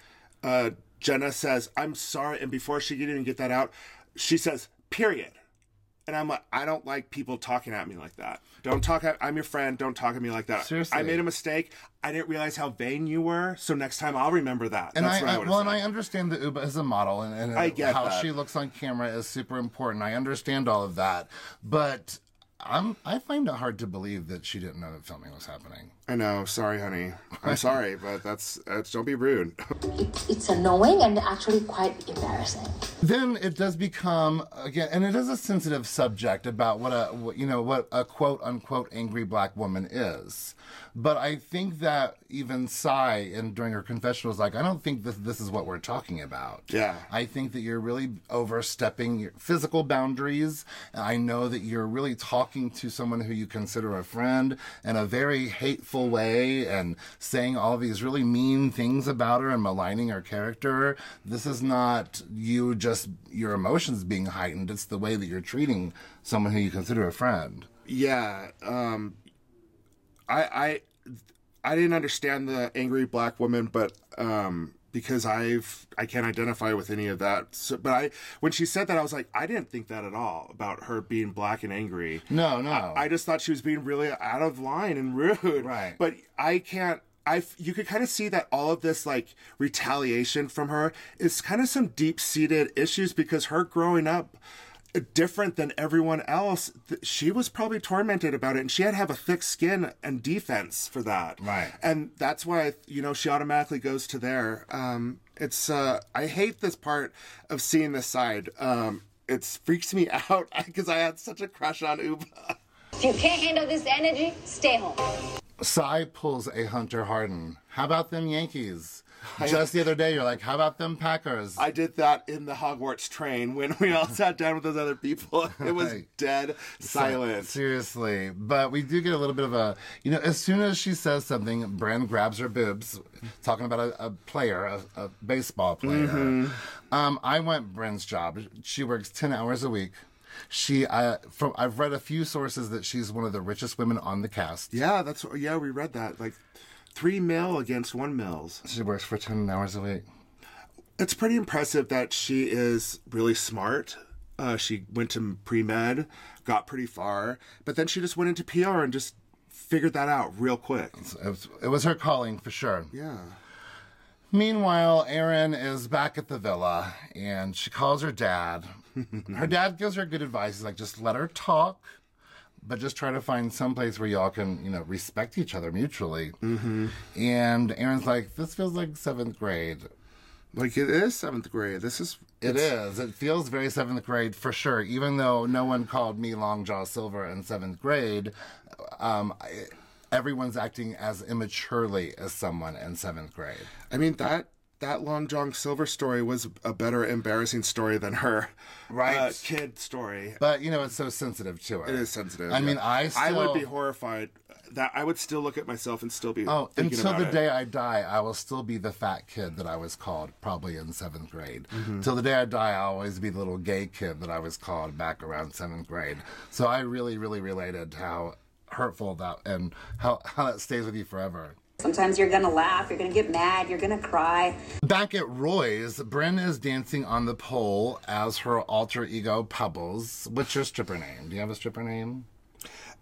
Speaker 2: uh, Jenna says, "I'm sorry," and before she could even get that out, she says, "Period." And I'm like, I don't like people talking at me like that. Don't talk at. I'm your friend. Don't talk at me like that.
Speaker 1: Seriously.
Speaker 2: I made a mistake. I didn't realize how vain you were. So next time I'll remember that.
Speaker 1: And
Speaker 2: That's
Speaker 1: I,
Speaker 2: what I,
Speaker 1: I
Speaker 2: would
Speaker 1: well,
Speaker 2: have
Speaker 1: and I
Speaker 2: said.
Speaker 1: understand that Uba is a model, and, and
Speaker 2: I get
Speaker 1: how
Speaker 2: that.
Speaker 1: she looks on camera is super important. I understand all of that, but I'm I find it hard to believe that she didn't know that filming was happening.
Speaker 2: I know. Sorry, honey. I'm sorry, but that's, that's don't be rude.
Speaker 13: It, it's annoying and actually quite embarrassing.
Speaker 1: Then it does become again, and it is a sensitive subject about what a what, you know what a quote unquote angry black woman is. But I think that even Sai, and during her confession, was like, I don't think this this is what we're talking about.
Speaker 2: Yeah.
Speaker 1: I think that you're really overstepping your physical boundaries. And I know that you're really talking to someone who you consider a friend in a very hateful way and saying all these really mean things about her and maligning her character. This is not you just your emotions being heightened, it's the way that you're treating someone who you consider a friend.
Speaker 2: Yeah, um, I I I didn't understand the angry black woman, but um, because I've I can't identify with any of that. So, but I when she said that I was like I didn't think that at all about her being black and angry.
Speaker 1: No, no.
Speaker 2: I, I just thought she was being really out of line and rude.
Speaker 1: Right.
Speaker 2: But I can't I you could kind of see that all of this like retaliation from her is kind of some deep-seated issues because her growing up uh, different than everyone else th- she was probably tormented about it and she had to have a thick skin and defense for that
Speaker 1: Right.
Speaker 2: and that's why you know she automatically goes to there um it's uh i hate this part of seeing this side um it freaks me out because i had such a crush on uba
Speaker 14: If you can't handle this energy, stay home.
Speaker 1: Psy pulls a Hunter Harden. How about them Yankees? Just the other day, you're like, how about them Packers?
Speaker 2: I did that in the Hogwarts train when we all sat down with those other people. It was
Speaker 1: Right.
Speaker 2: dead silent.
Speaker 1: Seriously. But we do get a little bit of a, you know, as soon as she says something, Brand grabs her boobs, talking about a, a player, a, a baseball player.
Speaker 2: Mhm.
Speaker 1: Um, I want Brand's job. She works 10 hours a week. She, uh, from I've read a few sources that she's one of the richest women on the cast.
Speaker 2: Yeah, that's yeah. We read that like three mil against one mills.
Speaker 1: She works for ten hours a week.
Speaker 2: It's pretty impressive that she is really smart. Uh, she went to pre med, got pretty far, but then she just went into PR and just figured that out real quick.
Speaker 1: It was, it was her calling for sure.
Speaker 2: Yeah.
Speaker 1: Meanwhile, Erin is back at the villa and she calls her dad. her dad gives her good advice. He's like, just let her talk, but just try to find some place where y'all can, you know, respect each other mutually. Mm-hmm. And Erin's like, this feels like seventh grade.
Speaker 2: Like it is seventh grade. This is
Speaker 1: It
Speaker 2: it's-
Speaker 1: is. It feels very seventh grade for sure. Even though no one called me Longjaw Silver in seventh grade, um, I, everyone's acting as immaturely as someone in seventh grade.
Speaker 2: I mean that that Long John Silver story was a better embarrassing story than her
Speaker 1: Right.
Speaker 2: uh, kid story.
Speaker 1: But you know, it's so sensitive to it.
Speaker 2: It is sensitive.
Speaker 1: I mean,
Speaker 2: yeah.
Speaker 1: I
Speaker 2: I would
Speaker 1: still-
Speaker 2: be horrified that I would still look at myself and still be
Speaker 1: Oh,
Speaker 2: thinking
Speaker 1: until
Speaker 2: about
Speaker 1: the
Speaker 2: it.
Speaker 1: day I die, I will still be the fat kid that I was called probably in seventh grade.
Speaker 2: Mm-hmm.
Speaker 1: Till the day I die, I'll always be the little gay kid that I was called back around seventh grade. So I really, really related how hurtful that and how, how that stays with you forever.
Speaker 15: Sometimes you're gonna laugh, you're gonna get mad, you're gonna cry.
Speaker 1: Back at Roy's, Bren is dancing on the pole as her alter ego Pebbles. What's your stripper name? Do you have a stripper name?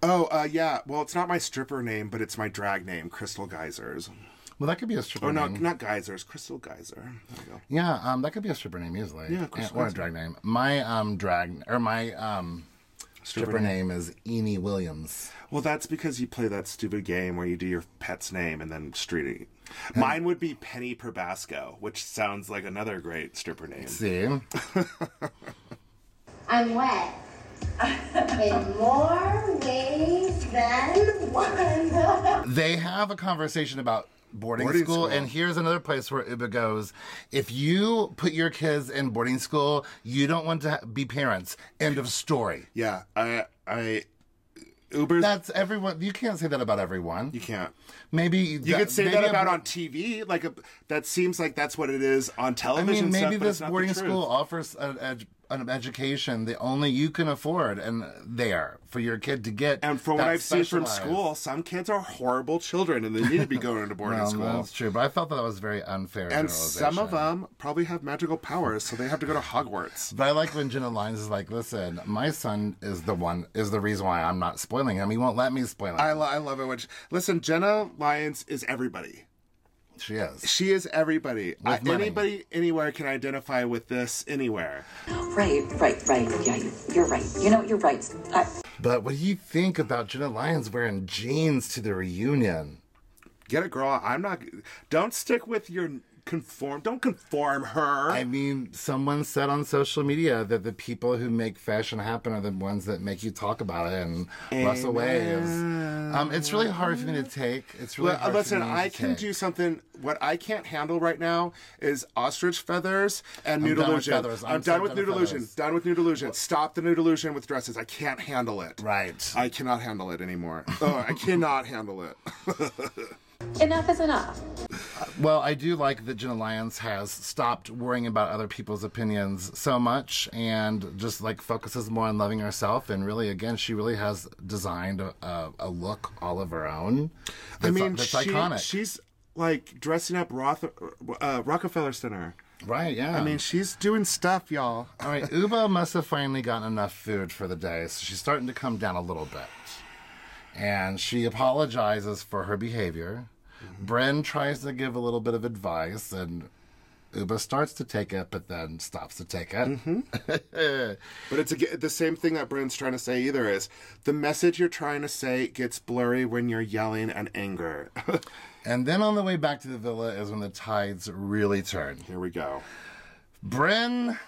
Speaker 2: Oh, uh, yeah. Well, it's not my stripper name, but it's my drag name, Crystal Geysers.
Speaker 1: Well, that could be a stripper
Speaker 2: Oh no,
Speaker 1: name.
Speaker 2: not Geysers, Crystal Geyser. There you go.
Speaker 1: Yeah, um, that could be a stripper name easily.
Speaker 2: Yeah, of course
Speaker 1: Or a
Speaker 2: it
Speaker 1: drag name. My um drag or my um stripper, name. is Eni Williams.
Speaker 2: Well, that's because you play that stupid game where you do your pet's name and then streeting. Mine would be Penny Probasco, which sounds like another great stripper name.
Speaker 1: See,
Speaker 13: I'm wet. In more ways than one.
Speaker 1: they have a conversation about boarding,
Speaker 2: Boarding
Speaker 1: school,
Speaker 2: school.
Speaker 1: and here's another place where Uba goes. If you put your kids in boarding school, you don't want to ha- be parents. End of story.
Speaker 2: Yeah, I, I, Uber's.
Speaker 1: That's everyone. You can't say that about everyone.
Speaker 2: you can't.
Speaker 1: Maybe
Speaker 2: You could say that
Speaker 1: maybe a
Speaker 2: about
Speaker 1: bo-
Speaker 2: on TV. Like a, that seems like that's what it is on
Speaker 1: I
Speaker 2: television.
Speaker 1: mean,
Speaker 2: stuff,
Speaker 1: maybe
Speaker 2: but
Speaker 1: this
Speaker 2: it's not the
Speaker 1: boarding
Speaker 2: truth.
Speaker 1: school offers an, ed- an education that only you can afford, and there for your kid to get.
Speaker 2: And from what
Speaker 1: that
Speaker 2: I've seen from
Speaker 1: specialized.
Speaker 2: school, some kids are horrible children, and they need to be going to boarding
Speaker 1: Well,
Speaker 2: school.
Speaker 1: that's true. But I felt that that was very unfair.
Speaker 2: And some of
Speaker 1: generalization.
Speaker 2: them probably have magical powers, so they have to go to Hogwarts.
Speaker 1: But I like when Jenna Lyons is like, "Listen, my son is the one is the reason why I'm not spoiling him. He won't let me spoil him.
Speaker 2: I, lo- I love it. When she- listen, Jenna Lyons is everybody.
Speaker 1: she is.
Speaker 2: She is everybody. I,
Speaker 1: money.
Speaker 2: anybody anywhere can identify with this anywhere.
Speaker 15: Right, right, right. Yeah, you- you're right. You know, you're right. I,
Speaker 1: But what do you think about Jenna Lyons wearing jeans to the reunion?
Speaker 2: Get it, girl. I'm not. Don't stick with your conform. Don't conform her.
Speaker 1: I mean, someone said on social media that the people who make fashion happen are the ones that make you talk about it and Russell Waves. Um, it's really hard for me to take. It's really
Speaker 2: Well,
Speaker 1: hard
Speaker 2: listen,
Speaker 1: for me
Speaker 2: I
Speaker 1: to
Speaker 2: can
Speaker 1: take.
Speaker 2: do something. What I can't handle right now is ostrich feathers and
Speaker 1: I'm
Speaker 2: new
Speaker 1: done with
Speaker 2: delusion.
Speaker 1: feathers.
Speaker 2: I'm,
Speaker 1: I'm so
Speaker 2: done with
Speaker 1: done
Speaker 2: new
Speaker 1: with
Speaker 2: delusion.
Speaker 1: feathers.
Speaker 2: Done with new delusion. Stop the new delusion with dresses. I can't handle it.
Speaker 1: Right.
Speaker 2: I cannot handle it anymore. oh, I cannot handle it.
Speaker 13: Enough is enough.
Speaker 1: Well, I do like that Jenna Lyons has stopped worrying about other people's opinions so much and just like focuses more on loving herself. And really, again, she really has designed a, a, a look all of her own. That's,
Speaker 2: I mean,
Speaker 1: that's
Speaker 2: she-
Speaker 1: iconic.
Speaker 2: She's like dressing up Roth- uh, Rockefeller Center.
Speaker 1: Right, yeah.
Speaker 2: I mean, she's doing stuff, y'all.
Speaker 1: All right, Uba must have finally gotten enough food for the day, so she's starting to come down a little bit. And she apologizes for her behavior. Bren tries to give a little bit of advice, and Uba starts to take it, but then stops to take it.
Speaker 2: but it's aga the same thing that Bryn's trying to say. Either is the message you're trying to say gets blurry when you're yelling and anger.
Speaker 1: and then on the way back to the villa is when the tides really turn.
Speaker 2: Here we go.
Speaker 1: Bryn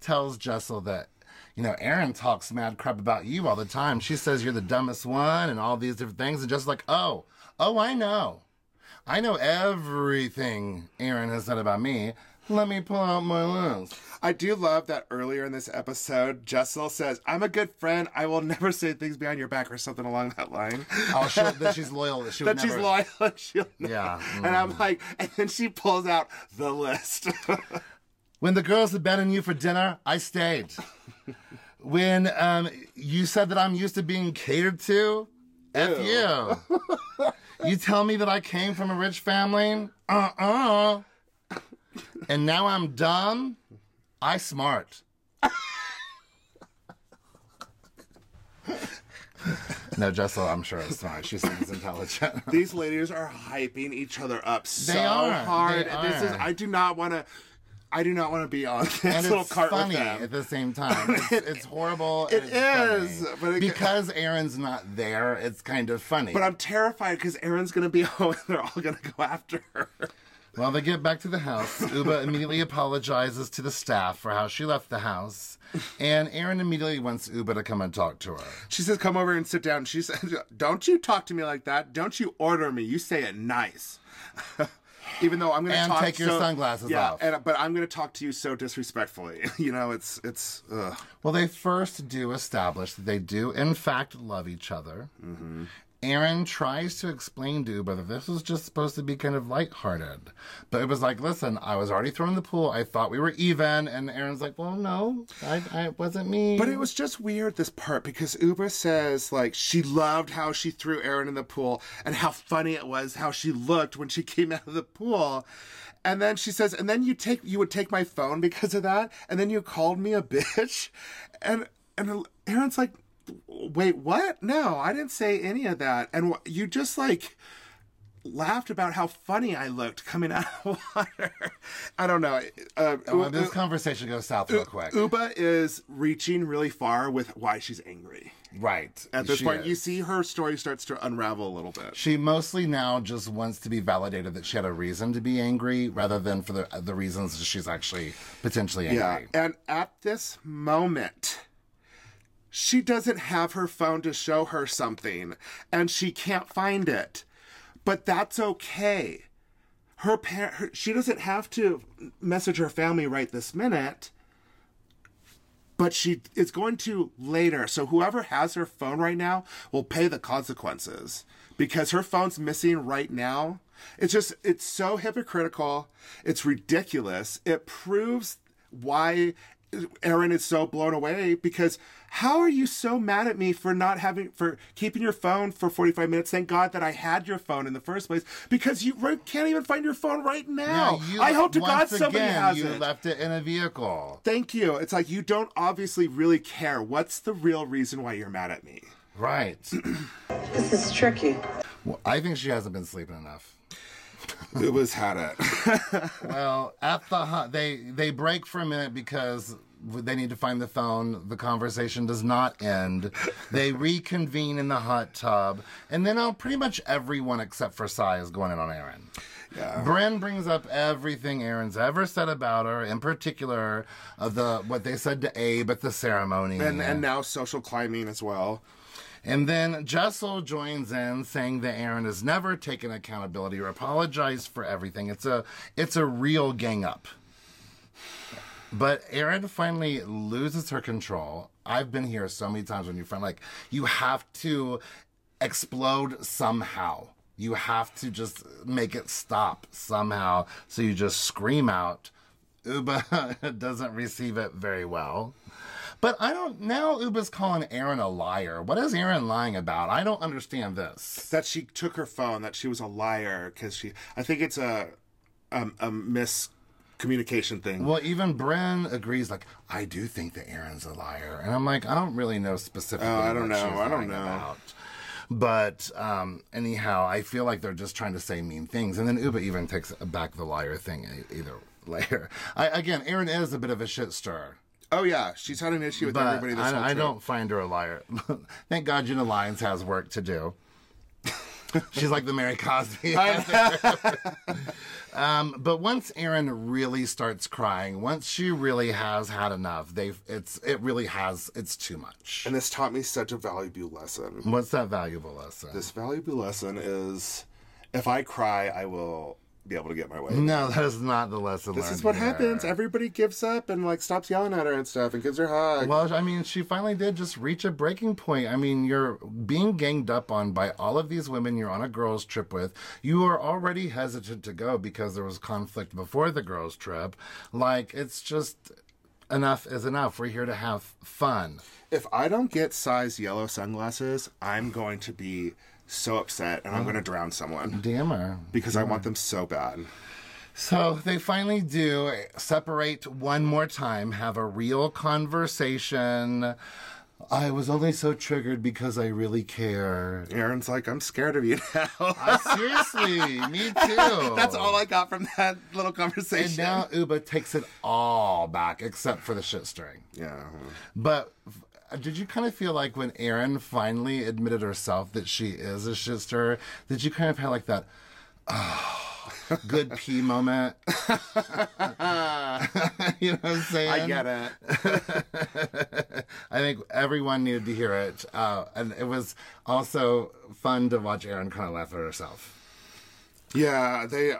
Speaker 1: tells Jessel that, you know, Aaron talks mad crap about you all the time. She says you're the dumbest one and all these different things. And Jessel's like, oh, oh, I know. I know everything Aaron has said about me. Let me pull out my list.
Speaker 2: I do love that earlier in this episode, Jessel says, "I'm a good friend. I will never say things behind your back" or something along that line.
Speaker 1: Oh, she'll- that she's loyal. That, she would
Speaker 2: that she's
Speaker 1: never-
Speaker 2: loyal. and She'll
Speaker 1: Yeah. mm.
Speaker 2: And I'm like, and then she pulls out the list.
Speaker 1: When the girls abandoned you for dinner, I stayed. when um, you said that I'm used to being catered to, F you. you tell me that I came from a rich family? Uh uh and now I'm dumb? I smart. no, Jessel, I'm sure it's smart. She seems intelligent.
Speaker 2: These ladies are hyping each other up so
Speaker 1: They are. They
Speaker 2: hard. and This is.
Speaker 1: are.
Speaker 2: I do not want to. I do not want to be on this
Speaker 1: and
Speaker 2: little
Speaker 1: it's
Speaker 2: cart
Speaker 1: funny
Speaker 2: with them.
Speaker 1: at the same time. It's, it's horrible.
Speaker 2: It
Speaker 1: and it's
Speaker 2: is,
Speaker 1: funny.
Speaker 2: but it-
Speaker 1: because Aaron's not there, it's kind of funny.
Speaker 2: But I'm terrified because Aaron's gonna be home and they're all gonna go after her.
Speaker 1: While they get back to the house, Uba immediately apologizes to the staff for how she left the house, and Aaron immediately wants Uba to come and talk to her.
Speaker 2: She says, "Come over and sit down." She says, "Don't you talk to me like that? Don't you order me? You say it nice." Even though I'm gonna
Speaker 1: And
Speaker 2: talk
Speaker 1: take your
Speaker 2: so-
Speaker 1: sunglasses
Speaker 2: yeah,
Speaker 1: off.
Speaker 2: and, but I'm gonna talk to you so disrespectfully. you know, it's it's. Ugh.
Speaker 1: Well, they first do establish that they do, in fact, love each other.
Speaker 2: Mm-hmm.
Speaker 1: Aaron tries to explain to Uba that this was just supposed to be kind of lighthearted. But it was like, listen, I was already thrown in the pool. I thought we were even. And Aaron's like, well, no, I, I, it wasn't me.
Speaker 2: But it was just weird this part because Uber says like she loved how she threw Aaron in the pool and how funny it was how she looked when she came out of the pool. And then she says, and then you take you would take my phone because of that, and then you called me a bitch. And and Aaron's like, wait, what? No, I didn't say any of that. And wh- you just like laughed about how funny I looked coming out of water. I don't know. Uh,
Speaker 1: Well, Oh, this conversation goes south real quick.
Speaker 2: Uba is reaching really far with why she's angry.
Speaker 1: Right.
Speaker 2: At this
Speaker 1: She
Speaker 2: point, you
Speaker 1: is.
Speaker 2: see her story starts to unravel a little bit.
Speaker 1: She mostly now just wants to be validated that she had a reason to be angry rather than for the, the reasons that she's actually potentially angry.
Speaker 2: Yeah. And at this moment, she doesn't have her phone to show her something and she can't find it. But that's okay. Her parent, she doesn't have to message her family right this minute. But she is going to later. So whoever has her phone right now will pay the consequences because her phone's missing right now. It's just, it's so hypocritical. It's ridiculous. It proves why Aaron is so blown away because how are you so mad at me for not having, for keeping your phone for 45 minutes? Thank God that I had your phone in the first place because you re- can't even find your phone right now.
Speaker 1: Now, you-
Speaker 2: I hope to God
Speaker 1: once
Speaker 2: somebody
Speaker 1: again,
Speaker 2: has
Speaker 1: you
Speaker 2: it.
Speaker 1: left it in a vehicle.
Speaker 2: Thank you. It's like you don't obviously really care. What's the real reason why you're mad at me?
Speaker 1: Right.
Speaker 6: This is tricky.
Speaker 1: well, I think she hasn't been sleeping enough.
Speaker 2: It was had it.
Speaker 1: Well, at the hu- they they break for a minute because they need to find the phone. The conversation does not end. They reconvene in the hot tub, and then oh, pretty much everyone except for Sai is going in on Aaron. Bren brings up everything Aaron's ever said about her, in particular of the what they said to Abe at the ceremony,
Speaker 2: And and now social climbing as well.
Speaker 1: And then Jessel joins in, saying that Aaron has never taken accountability or apologized for everything. It's a it's a real gang up. But Aaron finally loses her control. I've been here so many times when you're friend like you have to explode somehow. You have to just make it stop somehow. So you just scream out. Uba doesn't receive it very well. But I don't. Now Uba's calling Aaron a liar. What is Aaron lying about? I don't understand this.
Speaker 2: That she took her phone. That she was a liar because she. I think it's a um, a miscommunication thing.
Speaker 1: Well, even Bren agrees. Like, I do think that Aaron's a liar, and I'm like, I don't really know specifically.
Speaker 2: Oh, I don't
Speaker 1: what
Speaker 2: know.
Speaker 1: she's
Speaker 2: I don't
Speaker 1: lying
Speaker 2: know.
Speaker 1: About. But um, anyhow, I feel like they're just trying to say mean things, and then Uba even takes back the liar thing e- either later. I, again, Aaron is a bit of a shit stirrer.
Speaker 2: Oh yeah, she's had an issue with
Speaker 1: but
Speaker 2: everybody. This
Speaker 1: I,
Speaker 2: whole
Speaker 1: I
Speaker 2: trip.
Speaker 1: don't find her a liar. Thank God Jenna Lyons has work to do. She's like the Mary Cosby. um, but once Erin really starts crying, once she really has had enough, they've it's it really has it's too much.
Speaker 2: And this taught me such a valuable lesson.
Speaker 1: What's that valuable lesson?
Speaker 2: This valuable lesson is, if I cry, I will be able to get my way.
Speaker 1: No, that is not the lesson.
Speaker 2: This is
Speaker 1: learned
Speaker 2: what
Speaker 1: here.
Speaker 2: happens. Everybody gives up and like stops yelling at her and stuff and gives her hugs.
Speaker 1: Well, I mean, she finally did just reach a breaking point. I mean, you're being ganged up on by all of these women you're on a girls' trip with. You are already hesitant to go because there was conflict before the girls' trip. Like, it's just enough is enough. We're here to have fun.
Speaker 2: if I don't get size yellow sunglasses, I'm going to be so upset and I'm going to drown someone
Speaker 1: Damn her.
Speaker 2: because I want them so bad.
Speaker 1: So they finally do separate one more time, have a real conversation. I was only so triggered because I really care.
Speaker 2: Aaron's like, I'm scared of you now.
Speaker 1: I, seriously, me too.
Speaker 2: That's all I got from that little conversation.
Speaker 1: And now Uba takes it all back except for the shit stirring.
Speaker 2: yeah.
Speaker 1: But f- did you kind of feel like when Erin finally admitted herself that she is a shit stirrer, did you kind of have like that, oh, good pee moment? you know what I'm saying?
Speaker 2: I get it.
Speaker 1: I think everyone needed to hear it. Uh, and it was also fun to watch Erin kind of laugh at herself.
Speaker 2: Yeah, they.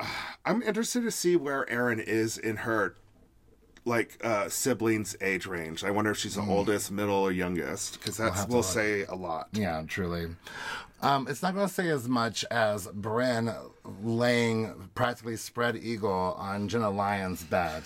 Speaker 2: I'm interested to see where Erin is in her, like, uh, siblings' age range. I wonder if she's the oldest, middle, or youngest, because that will say a lot.
Speaker 1: Yeah, truly. Um, it's not going to say as much as Bren laying practically spread eagle on Jenna Lyons' bed.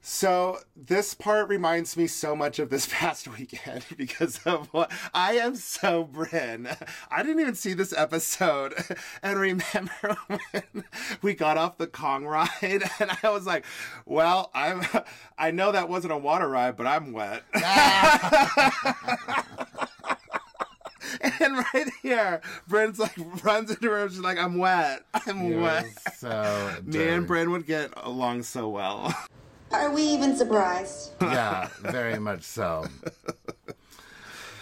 Speaker 2: So this part reminds me so much of this past weekend because of what I am so Bryn. I didn't even see this episode and remember when we got off the Kong ride and I was like, well, I'm I know that wasn't a water ride, but I'm wet. and right here, Bryn's like runs into her, she's like, I'm wet. I'm
Speaker 1: It
Speaker 2: wet.
Speaker 1: was so
Speaker 2: Me and
Speaker 1: dirty.
Speaker 2: Bryn would get along so well.
Speaker 6: Are we even surprised?
Speaker 1: Yeah, very much so.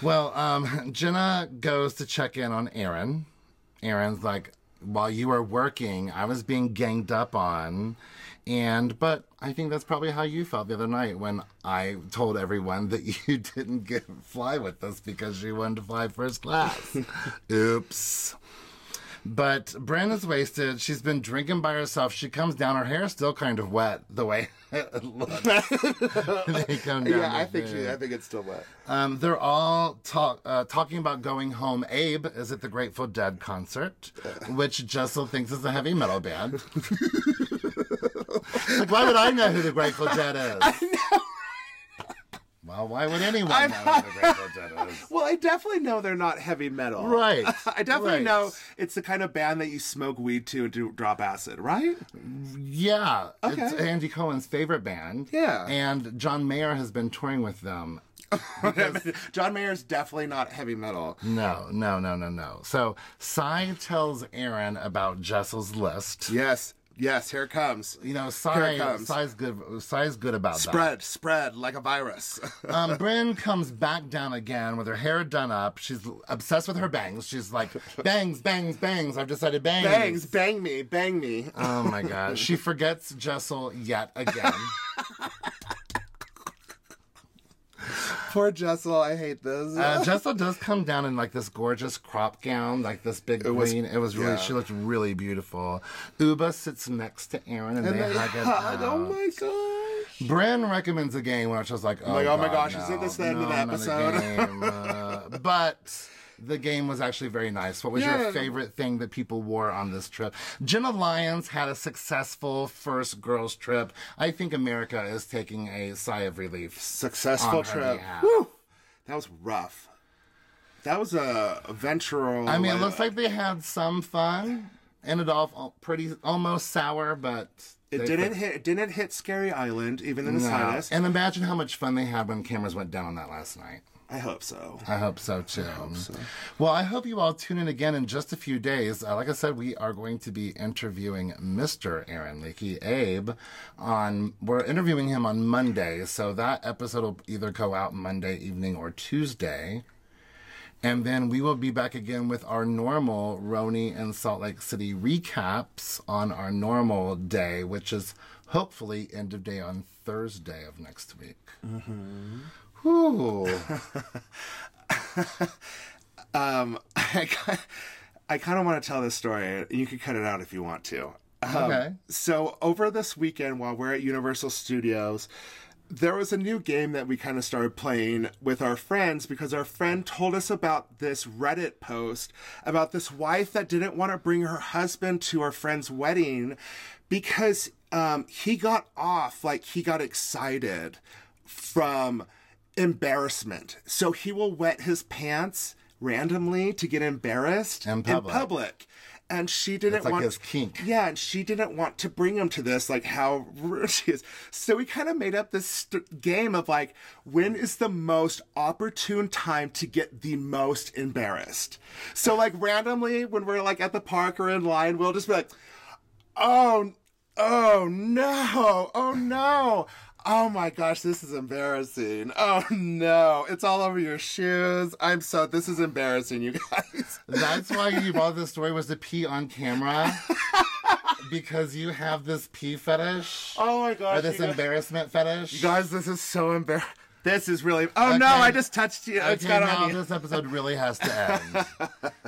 Speaker 1: Well, um, Jenna goes to check in on Aaron. Aaron's like, while you were working, I was being ganged up on. And, but I think that's probably how you felt the other night when I told everyone that you didn't get fly with us because you wanted to fly first class. Oops. But Bren is wasted. She's been drinking by herself. She comes down. Her hair is still kind of wet the way it looks. They come down
Speaker 2: yeah, I
Speaker 1: to
Speaker 2: think
Speaker 1: bed.
Speaker 2: she, I think it's still wet.
Speaker 1: Um, they're all talk, uh, talking about going home. Abe is at the Grateful Dead concert, which Jessel thinks is a heavy metal band. like, why would I know who the Grateful Dead is? Well, why would anyone know who the Grateful Dead is?
Speaker 2: Well, I definitely know they're not heavy metal.
Speaker 1: Right,
Speaker 2: I definitely
Speaker 1: right.
Speaker 2: know it's the kind of band that you smoke weed to and do drop acid, right?
Speaker 1: Yeah, it's
Speaker 2: Okay.
Speaker 1: Andy Cohen's favorite band.
Speaker 2: Yeah.
Speaker 1: and John Mayer has been touring with them
Speaker 2: John Mayer's definitely not heavy metal.
Speaker 1: No, no, no, no, no. So Cy tells Aaron about Jessel's list.
Speaker 2: Yes, yes, here it comes.
Speaker 1: You know,
Speaker 2: Here it
Speaker 1: Cy,
Speaker 2: comes.
Speaker 1: Cy's good. Cy's good about
Speaker 2: Spread, spread like a virus.
Speaker 1: that. Um, Brynn comes back down again with her hair done up. She's obsessed with her bangs. She's like, bangs, bangs, bangs. I've decided bangs.
Speaker 2: Bangs, bang me, bang me.
Speaker 1: Oh my gosh. She forgets Jessel yet again.
Speaker 2: Poor Jessel, I hate this.
Speaker 1: Uh, Jessel does come down in like this gorgeous crop gown, like this big
Speaker 2: It was-
Speaker 1: green. It was really,
Speaker 2: yeah.
Speaker 1: she looked really beautiful. Uba sits next to Aaron and,
Speaker 2: and
Speaker 1: they
Speaker 2: they
Speaker 1: hug it
Speaker 2: hug.
Speaker 1: out.
Speaker 2: Oh my gosh.
Speaker 1: Bren recommends a game, which I was like, oh,
Speaker 2: like, oh my
Speaker 1: God,
Speaker 2: gosh,
Speaker 1: no,
Speaker 2: is it this the end of
Speaker 1: no,
Speaker 2: the
Speaker 1: another
Speaker 2: episode?
Speaker 1: game. Uh, but the game was actually very nice. What was
Speaker 2: Yeah.
Speaker 1: your favorite thing that people wore on this trip? Jenna Lyons had a successful first girls' trip. I think America is taking a sigh of relief.
Speaker 2: Successful
Speaker 1: on her
Speaker 2: trip.
Speaker 1: behalf.
Speaker 2: Woo! That was rough. That was a ventural.
Speaker 1: I mean, it looks like they had some fun. Ended off al- pretty, almost sour, but
Speaker 2: It
Speaker 1: they
Speaker 2: didn't
Speaker 1: put-
Speaker 2: hit. It didn't hit Scary Island, even in its
Speaker 1: No.
Speaker 2: highest.
Speaker 1: And imagine how much fun they had when cameras went down on that last night.
Speaker 2: I hope so.
Speaker 1: I hope so too. Well, I hope you all tune in again in just a few days. Uh, like I said, we are going to be interviewing Mr. Aaron Leakey, Abe, on we're interviewing him on Monday, so that episode will either go out Monday evening or Tuesday. And then we will be back again with our normal Roni and Salt Lake City recaps on our normal day, which is hopefully end of day on Thursday of next week.
Speaker 2: Mm-hmm.
Speaker 1: Ooh.
Speaker 2: Um, I, ki- I kind of want to tell this story. You can cut it out if you want to. Um,
Speaker 1: Okay.
Speaker 2: So over this weekend, while we're at Universal Studios, there was a new game that we kind of started playing with our friends because our friend told us about this Reddit post about this wife that didn't want to bring her husband to her friend's wedding because um, he got off, like he got excited from embarrassment. So he will wet his pants randomly to get embarrassed in
Speaker 1: public.
Speaker 2: And she didn't
Speaker 1: It's like
Speaker 2: want
Speaker 1: his kink.
Speaker 2: Yeah, and she didn't want to bring him to this, like how rude she is. So we kind of made up this st- game of like, when is the most opportune time to get the most embarrassed? So like randomly, when we're like at the park or in line, we'll just be like, oh, oh no, oh no. Oh my gosh, this is embarrassing. Oh no, it's all over your shoes. I'm so, this is embarrassing, you guys.
Speaker 1: That's why you brought this story was to pee on camera. because you have this pee fetish.
Speaker 2: Oh my gosh.
Speaker 1: Or this
Speaker 2: you guys-
Speaker 1: embarrassment fetish.
Speaker 2: You guys, this is so embarrassing. This is really. Oh
Speaker 1: Okay.
Speaker 2: no, I just touched you. It's
Speaker 1: Okay,
Speaker 2: got
Speaker 1: now
Speaker 2: on you.
Speaker 1: this episode really has to end.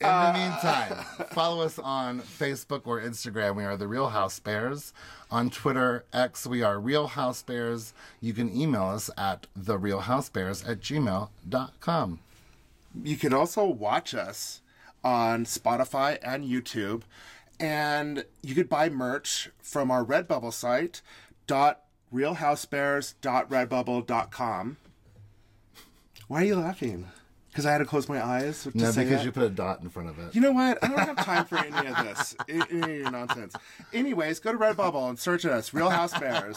Speaker 1: In
Speaker 2: Uh,
Speaker 1: the meantime, follow us on Facebook or Instagram. We are The Real House Bears. On Twitter, X, we are Real House Bears. You can email us at TheRealHouseBears at gmail.com.
Speaker 2: You can also watch us on Spotify and YouTube, and you could buy merch from our Redbubble site. Dot realhousebears.redbubble.com. Why are you laughing? Because I had to close my eyes. To
Speaker 1: No,
Speaker 2: say
Speaker 1: because
Speaker 2: that?
Speaker 1: you put a dot in front of it.
Speaker 2: You know what? I don't have time for any of this, a- any of your nonsense. Anyways, go to Redbubble and search us, Real House Bears.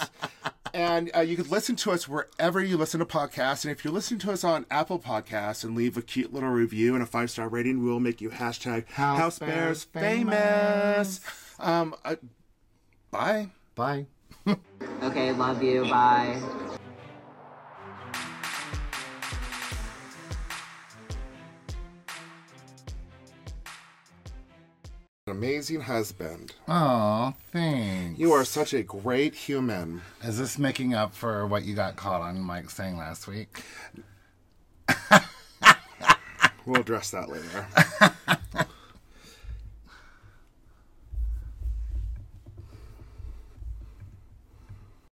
Speaker 2: And uh, you can listen to us wherever you listen to podcasts. And if you're listening to us on Apple Podcasts and leave a cute little review and a five star rating, we'll make you hashtag House, Bears, famous. Um, uh, bye.
Speaker 1: Bye.
Speaker 16: okay, love you. Bye.
Speaker 2: Amazing husband.
Speaker 1: Oh, thanks.
Speaker 2: You are such a great human.
Speaker 1: Is this making up for what you got caught on Mike saying last week?
Speaker 2: We'll address that later.